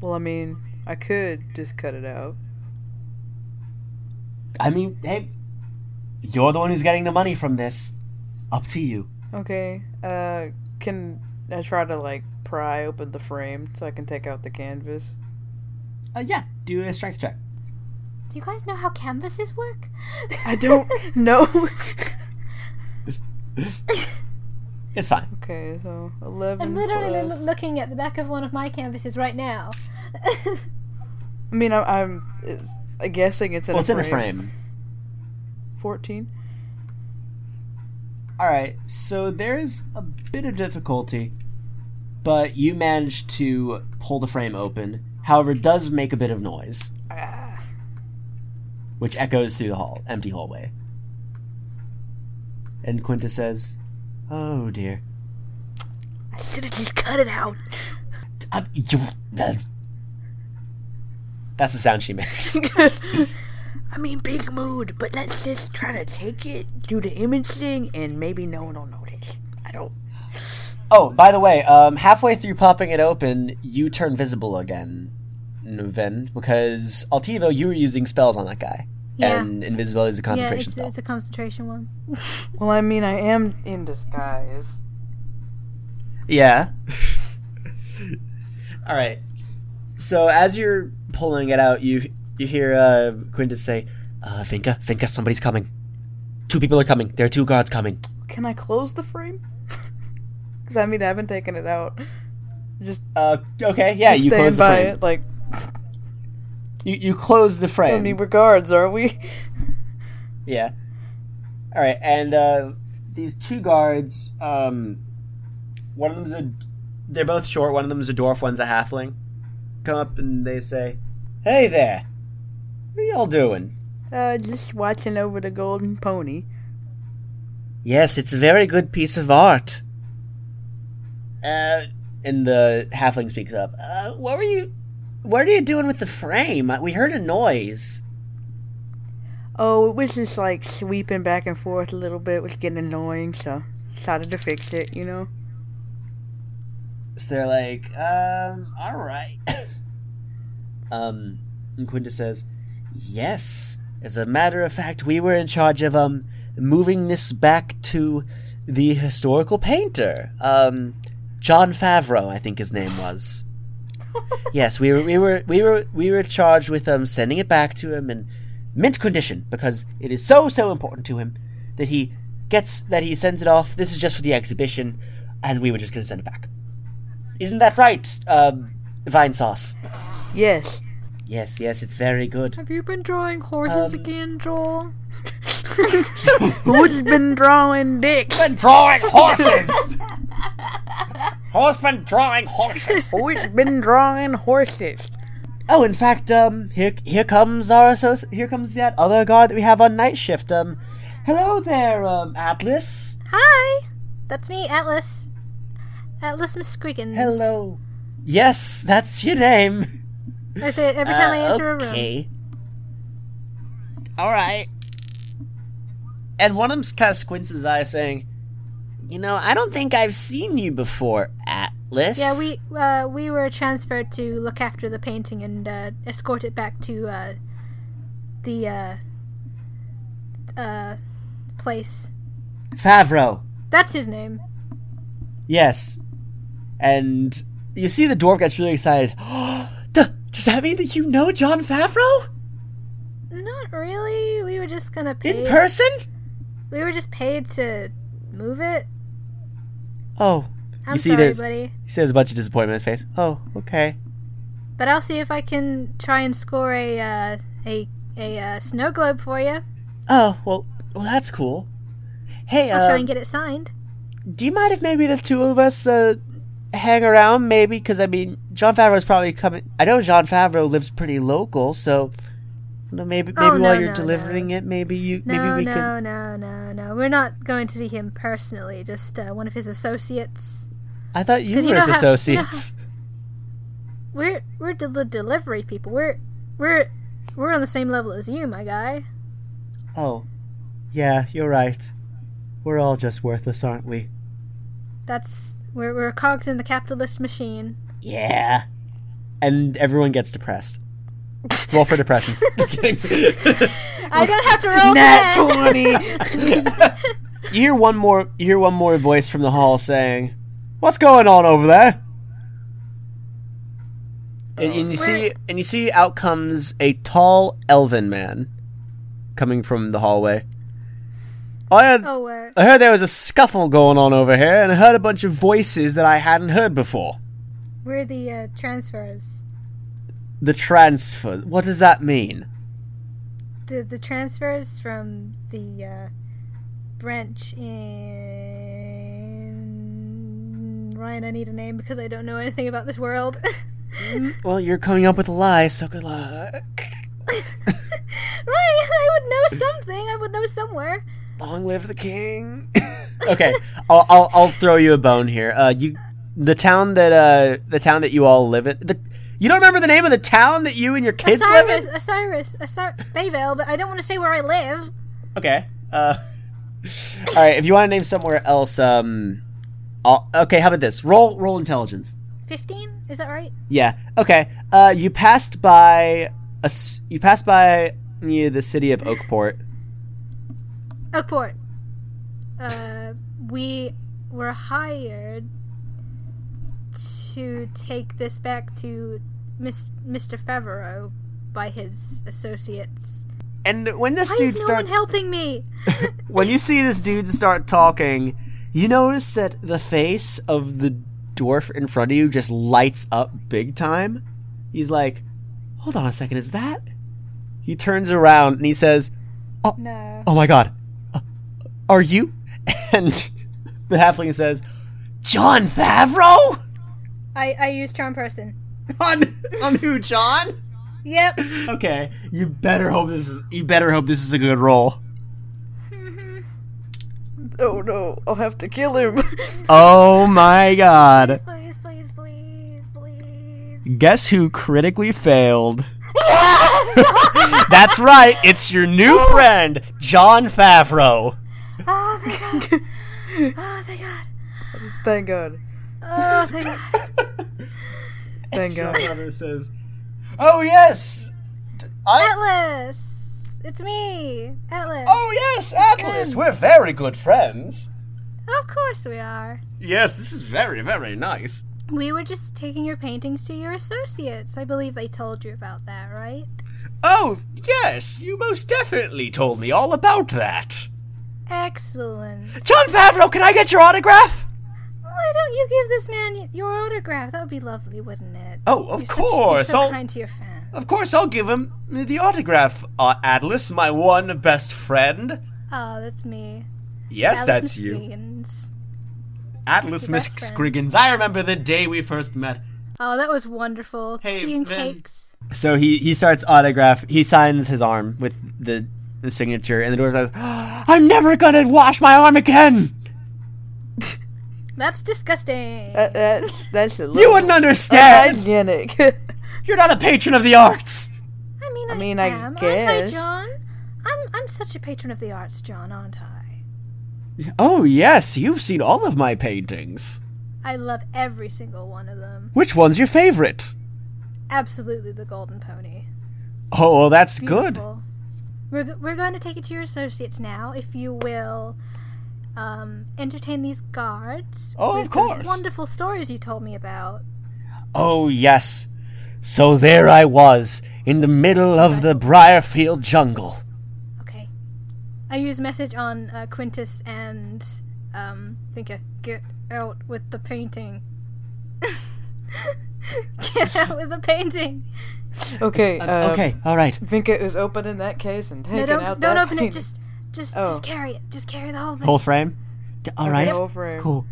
E: Well, I mean, I could just cut it out.
A: I mean, hey, you're the one who's getting the money from this. Up to you.
E: Okay. Uh, can I try to like pry open the frame so I can take out the canvas?
A: Uh, yeah, do a strength check.
B: Do you guys know how canvases work?
E: I don't know.
A: It's fine.
E: okay, so 11
B: I'm literally
E: plus-
B: l- looking at the back of one of my canvases right now.
E: I mean, I'm, I'm it's, I'm guessing it's in
A: Well,
E: a
A: it's in
E: frame.
A: a frame.
E: 14.
A: All right, so there's a bit of difficulty, but you manage to pull the frame open. However, it does make a bit of noise, which echoes through the hall, empty hallway. And Quinta says, "Oh dear,
E: I should have just cut it out.
A: Uh, you- that's, that's the sound she makes."
E: I mean, big mood, but let's just try to take it, do the image thing, and maybe no one will notice. I don't.
A: oh, by the way, um, halfway through popping it open, you turn visible again, Ven, because Altivo, you were using spells on that guy.
B: yeah,
A: and invisibility is a
B: yeah,
A: concentration
B: it's,
A: spell.
B: it's a concentration one.
E: Well, I mean, I am in disguise.
A: Yeah. All right. So as you're pulling it out, you you hear uh, Quintus say, uh, "Vinca, Vinca, somebody's coming. Two people are coming. There are two guards coming."
E: Can I close the frame? Because I mean, I haven't taken it out.
A: Uh, okay, yeah,
E: Just
A: you
E: stand
A: close the
E: by
A: frame.
E: it, like
A: You you close the
E: I
A: frame.
E: mean, we're guards, are we?
A: Yeah. All right, and uh, these two guards, um, one of them's a, they're both short. One of them's a dwarf. One's a halfling. Come up and they say, "Hey there, what are y'all doing?"
E: Uh, just watching over the golden pony.
A: Yes, it's a very good piece of art. Uh, and the halfling speaks up. Uh, what were you? What are you doing with the frame? We heard a noise.
E: Oh, it was just like sweeping back and forth a little bit. It was getting annoying, so decided to fix it. You know.
A: So they're like, um, all right. um, and Quintus says, yes. As a matter of fact, we were in charge of um moving this back to the historical painter, um, John Favreau, I think his name was. yes, we were we were we were we were charged with um sending it back to him in mint condition because it is so so important to him that he gets that he sends it off. This is just for the exhibition, and we were just going to send it back. Isn't that right, um, Vine Sauce?
E: Yes.
A: Yes, yes, it's very good.
B: Have you been drawing horses again, Joel?
E: Who's been drawing dicks?
A: Been drawing horses. Horse been drawing horses.
E: Who's been drawing horses?
A: Oh, in fact, um, here here comes our associ- here comes that other guard that we have on night shift. Um, hello there, um, Atlas.
B: Hi, that's me, Atlas. Atlas Miss Squiggins.
A: Hello. Yes, that's your name.
B: I say it every time I
A: Uh,
B: enter a room.
A: okay. All right. And one of them kind of squints his eye, saying, "You know, I don't think I've seen you before, Atlas."
B: Yeah, we uh, we were transferred to look after the painting and uh, escort it back to uh, the uh, uh, place.
A: Favreau.
B: That's his name.
A: Yes. And you see the dwarf gets really excited. Duh, Does that mean that you know John Favreau?
B: Not really. We were just gonna pay.
A: In person?
B: we were just paid to move it.
A: Oh.
B: I'm
A: you see,
B: sorry,
A: there's
B: buddy.
A: you see, there's a bunch of disappointment in his face. Oh, okay.
B: But I'll see if I can try and score a uh, a a uh, snow globe for you.
A: Oh, well, well, that's cool. Hey,
B: I'll
A: uh,
B: try and get it signed.
A: do you mind if maybe the two of us uh, hang around? Maybe because I mean, John Favreau's probably coming. I know John Favreau lives pretty local, so you know, maybe maybe
B: Oh,
A: while
B: no,
A: you're
B: no,
A: delivering it, maybe you
B: No,
A: maybe we
B: no,
A: can.
B: no, no, no. We're not going to see him personally. Just uh, one of his associates.
A: I thought you
B: 'Cause you
A: were his
B: know how-
A: associates.
B: We're we're the the delivery people. We're we're we're on the same level as you, my guy.
A: Oh, yeah, you're right. We're all just worthless, aren't we?
B: That's we're we're cogs in the capitalist machine.
A: Yeah. And everyone gets depressed. Roll for depression. I'm kidding.
B: I don't have to roll
D: Nat
B: that.
D: 20!
A: you hear one more you hear one more voice from the hall saying what's going on over there and, and you see and you see out comes a tall elven man coming from the hallway I heard,
B: Oh, where?
A: I heard there was a scuffle going on over here and I heard a bunch of voices that I hadn't heard before
B: We're the uh, transfers.
A: the transfer what does that mean
B: The the transfers from the uh, branch in Ryan. I need a name because I don't know anything about this world.
A: well you're coming up with a lie so good luck
B: Ryan, I would know something. I would know somewhere.
A: Long live the king. okay, I'll, I'll I'll throw you a bone here. Uh, you, the town that uh the town that you all live in. The, you don't remember the name of the town that you and your kids live
B: Osiris,
A: in?
B: Osiris, Osiris, Bayvale, but I don't want to say where I live.
A: Okay. Uh, all right. If you want to name somewhere else, um, I'll, okay. How about this? Roll roll intelligence.
B: Fifteen? Is that right?
A: Yeah. Okay. Uh, you passed by a s- you passed by near the city of Oakport.
B: Oakport. Uh, we were hired to take this back to Mis- Mr. Favreau by his associates.
A: And when this
B: Why
A: dude
B: is no
A: starts
B: one helping me?
A: when you see this dude start talking, you notice that the face of the dwarf in front of you just lights up big time. He's like, "Hold on a second, is that?" He turns around and he says,
B: No.
A: "Oh my god, uh, are you?" And the halfling says, "John Favreau
B: I, I used charm person.
A: on on who, John?"
B: Yep.
A: Okay, you better hope this is you better hope this is a good roll.
D: Oh no, I'll have to kill him.
A: Oh my god.
B: please, please, please, please.
A: Guess who critically failed? That's right, it's your new friend, John Favreau.
B: Oh, thank God. Oh, thank God.
D: Thank God.
B: Oh, thank God.
D: Thank God.
A: Favreau says, Oh yes!
B: Ah. Atlas! It's me, Atlas.
A: Oh yes, Atlas! We're very good friends.
B: Of course we are.
A: Yes, this is very, very nice.
B: We were just taking your paintings to your associates. I believe they told you about that, right?
A: Oh, yes, you most definitely told me all about that.
B: Excellent.
A: John Favreau, can I get your autograph?
B: Why don't you give this man y- your autograph? That would be lovely, wouldn't it?
A: Oh, of
B: You're such-
A: course.
B: you're so
A: I'll-
B: kind to your fans.
A: Of course, I'll give him the autograph, uh, Atlas, my one best friend.
B: Oh, that's me.
A: Yes,
B: Atlas
A: that's you.
B: Machines.
A: Atlas
B: Your
A: Miss
B: best friend.
A: Scriggins. I remember the day we first met.
B: Oh, that was wonderful.
A: Hey,
B: Tea and
A: Vin.
B: cakes.
A: So he he starts autograph. He signs his arm with the, the signature, and the door says, "Ah, "I'm never gonna wash my arm again.
B: That's disgusting.
A: Uh,
D: That, that, that's a
A: You
D: little
A: wouldn't understand.
D: hygienic.
A: You're not a patron of the arts."
B: I mean, I,
D: I mean, I
B: am, aren't I,
D: guess.
B: John? I'm, I'm such a patron of the arts, John, aren't I?
A: Oh yes, you've seen all of my paintings.
B: I love every single one of them.
A: Which one's your favorite?
B: Absolutely, the golden pony.
A: Oh, well, that's good.
B: Beautiful. We're, go- we're going to take it to your associates now, if you will um, entertain these guards.
A: Oh,
B: with
A: of
B: those
A: course.
B: Wonderful stories you told me about.
A: Oh, yes. So there I was, in the middle of the Briarfield jungle.
B: Okay. I use message on uh, Quintus and um, Vinca. Get out with the painting. Get out with the painting.
D: Okay. Uh,
A: okay, all right.
D: Vinka is opening that case and
B: No,
D: taking
B: don't
D: out
B: don't
D: that
B: open
D: thing.
B: it. Just just
D: Oh.
B: just carry it. Just carry the whole thing.
A: Whole frame. D- All right.
D: whole frame.
A: Cool.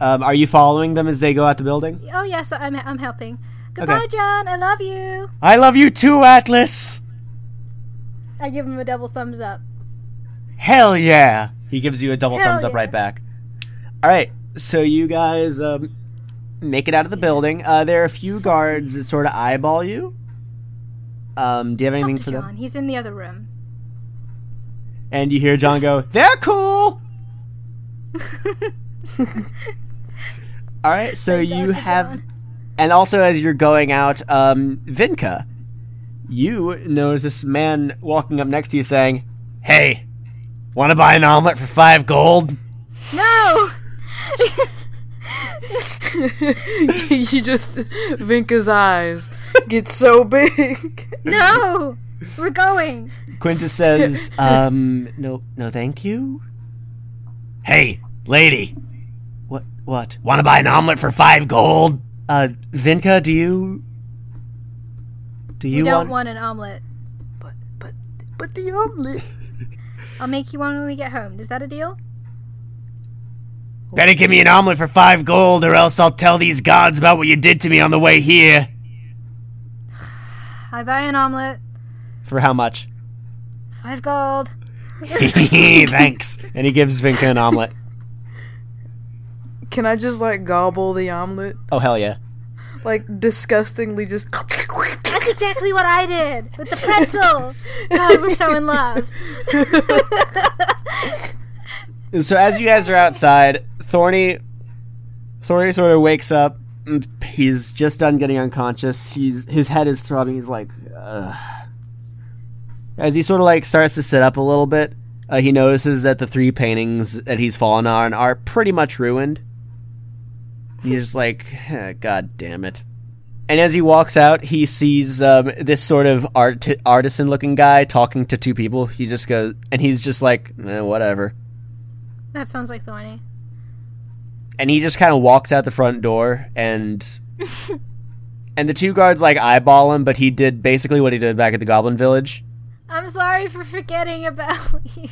A: Um, are you following them as they go out the building?
B: Oh yes, I'm I'm helping. Goodbye, John. I love you.
A: I love you too, Atlas.
B: I give him a double thumbs up.
A: Hell yeah! He gives you a double
B: Hell
A: thumbs up
B: yeah.
A: right back. All right, so you guys um, make it out of the building. Uh, there are a few guards that sort of eyeball you. Um, do you have
B: Talk
A: anything
B: to
A: for
B: John.
A: them?
B: He's in the other room.
A: And you hear John go, "They're cool." All right, so you have, and also as you're going out, um, Vinka, you notice this man walking up next to you saying, "Hey, want to buy an omelet for five gold?"
B: No.
D: you just Vinka's eyes get so big.
B: No! We're going!
A: Quintus says, um, no, no, thank you. Hey, lady. What, what? Want to buy an omelet for five gold? Uh, Vinka, do you. Do
B: You
A: you want.
B: don't want an omelet.
D: But the omelet.
B: I'll make you one when we get home. Is that a deal?
A: Better give me an omelet for five gold, or else I'll tell these gods about what you did to me on the way here.
B: I buy an omelet,
A: For how much?
B: five gold.
A: Thanks. And he gives Vinka an omelet.
D: Can I just like gobble the omelet?
A: Oh, hell yeah.
D: Like disgustingly just.
B: That's exactly what I did with the pretzel. God, we're so in love.
A: So as you guys are outside, Thorny, Thorny sort of wakes up. Mm, He's just done getting unconscious. He's his head is throbbing. He's like, Ugh. as he sort of like starts to sit up a little bit, uh, he notices that the three paintings that he's fallen on are pretty much ruined. He's just like, "Eh, God damn it. And as he walks out, he sees um, this sort of art- artisan-looking guy talking to two people. He just goes, and he's just like, eh, whatever
B: That sounds like Thorny.
A: and he just kind of walks out the front door and and the two guards like eyeball him but he did basically what he did back at the goblin village
B: I'm sorry for forgetting about you.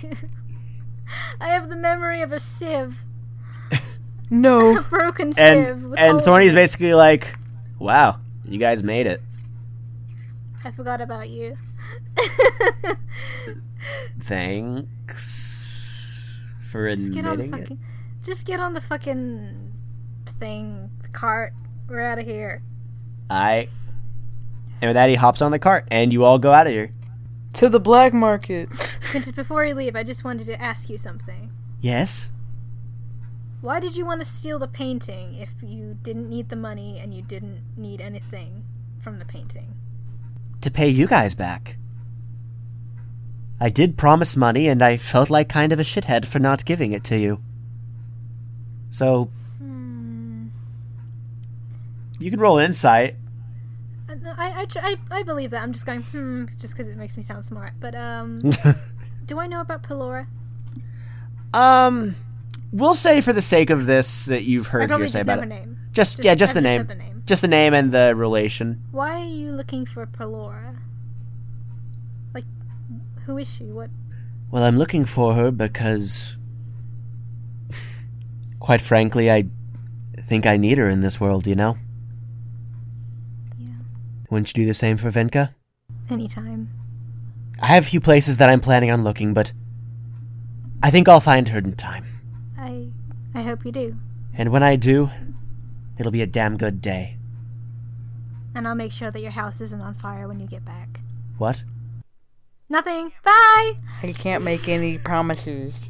B: I have the memory of a sieve,
D: no.
B: a broken
A: and
B: sieve. with
A: and
B: holes
A: thorny's
B: in it.
A: basically like wow you guys made it
B: I forgot about you.
A: thanks for
B: Get on the
A: admitting it
B: fucking. Just get on the fucking thing cart. We're out of here.
A: i and with that he hops on the cart and you all go out of here
D: To the black market.
B: Quintus, before you leave, I just wanted to ask you something.
A: yes
B: Why did you want to steal the painting if you didn't need the money and you didn't need anything from the painting?
A: to pay you guys back i did promise money and i felt like kind of a shithead for not giving it to you so
B: Hmm.
A: You can roll insight.
B: I, Uh, I, I, tr- I, I believe that. I'm just going, hmm, just because it makes me sound smart. But, um, do I know about Pelora?
A: um, we'll say for the sake of this that you've
B: I
A: heard
B: probably
A: hearsay
B: just know
A: about
B: her
A: it.
B: name.
A: Just, yeah, just the
B: I know
A: name, just the name and the relation.
B: Why are you looking for Pelora? Like, who is she? What?
A: Well, I'm looking for her because, quite frankly, I think I need her in this world. You know.
B: Yeah.
A: Wouldn't you do the same for Venka?
B: Anytime.
A: I have a few places that I'm planning on looking, but I think I'll find her in time.
B: I, I hope you do.
A: And when I do, it'll be a damn good day.
B: And I'll make sure that your house isn't on fire when you get back.
A: What?
B: Nothing. Bye!
D: I can't make any promises.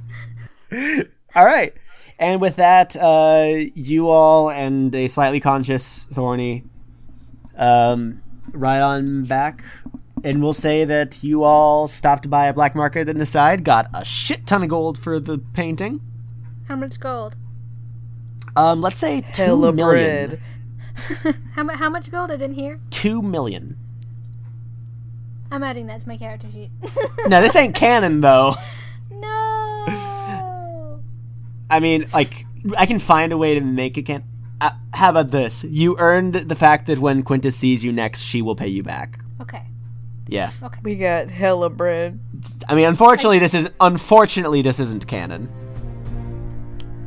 A: All right. And with that, uh, you all and a slightly conscious Thorny um, ride on back. And we'll say that you all stopped by a black market on the side, got a shit ton of gold for the painting.
B: How much gold?
A: Um, let's say two
D: Hella
A: million.
D: bread.
B: How, mu- how much gold? I didn't hear.
A: two million.
B: I'm adding that to my character sheet.
A: Now this ain't canon though.
B: no.
A: I mean, like I can find a way to make it can. Uh, how about this? You earned the fact that when Quinta sees you next, she will pay you back.
B: Okay.
A: Yeah.
D: We got hella bread.
A: I mean, unfortunately, this is unfortunately this isn't canon.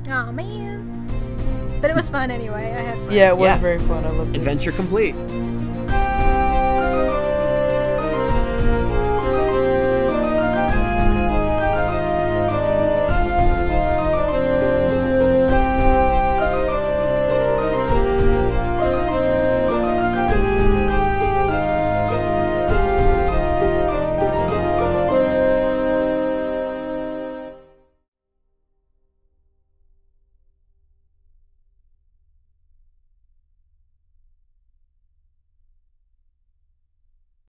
B: Oh man. But it was fun anyway. I had fun.
D: Yeah, it was
A: Yeah.
D: very fun. I loved it.
A: Adventure complete.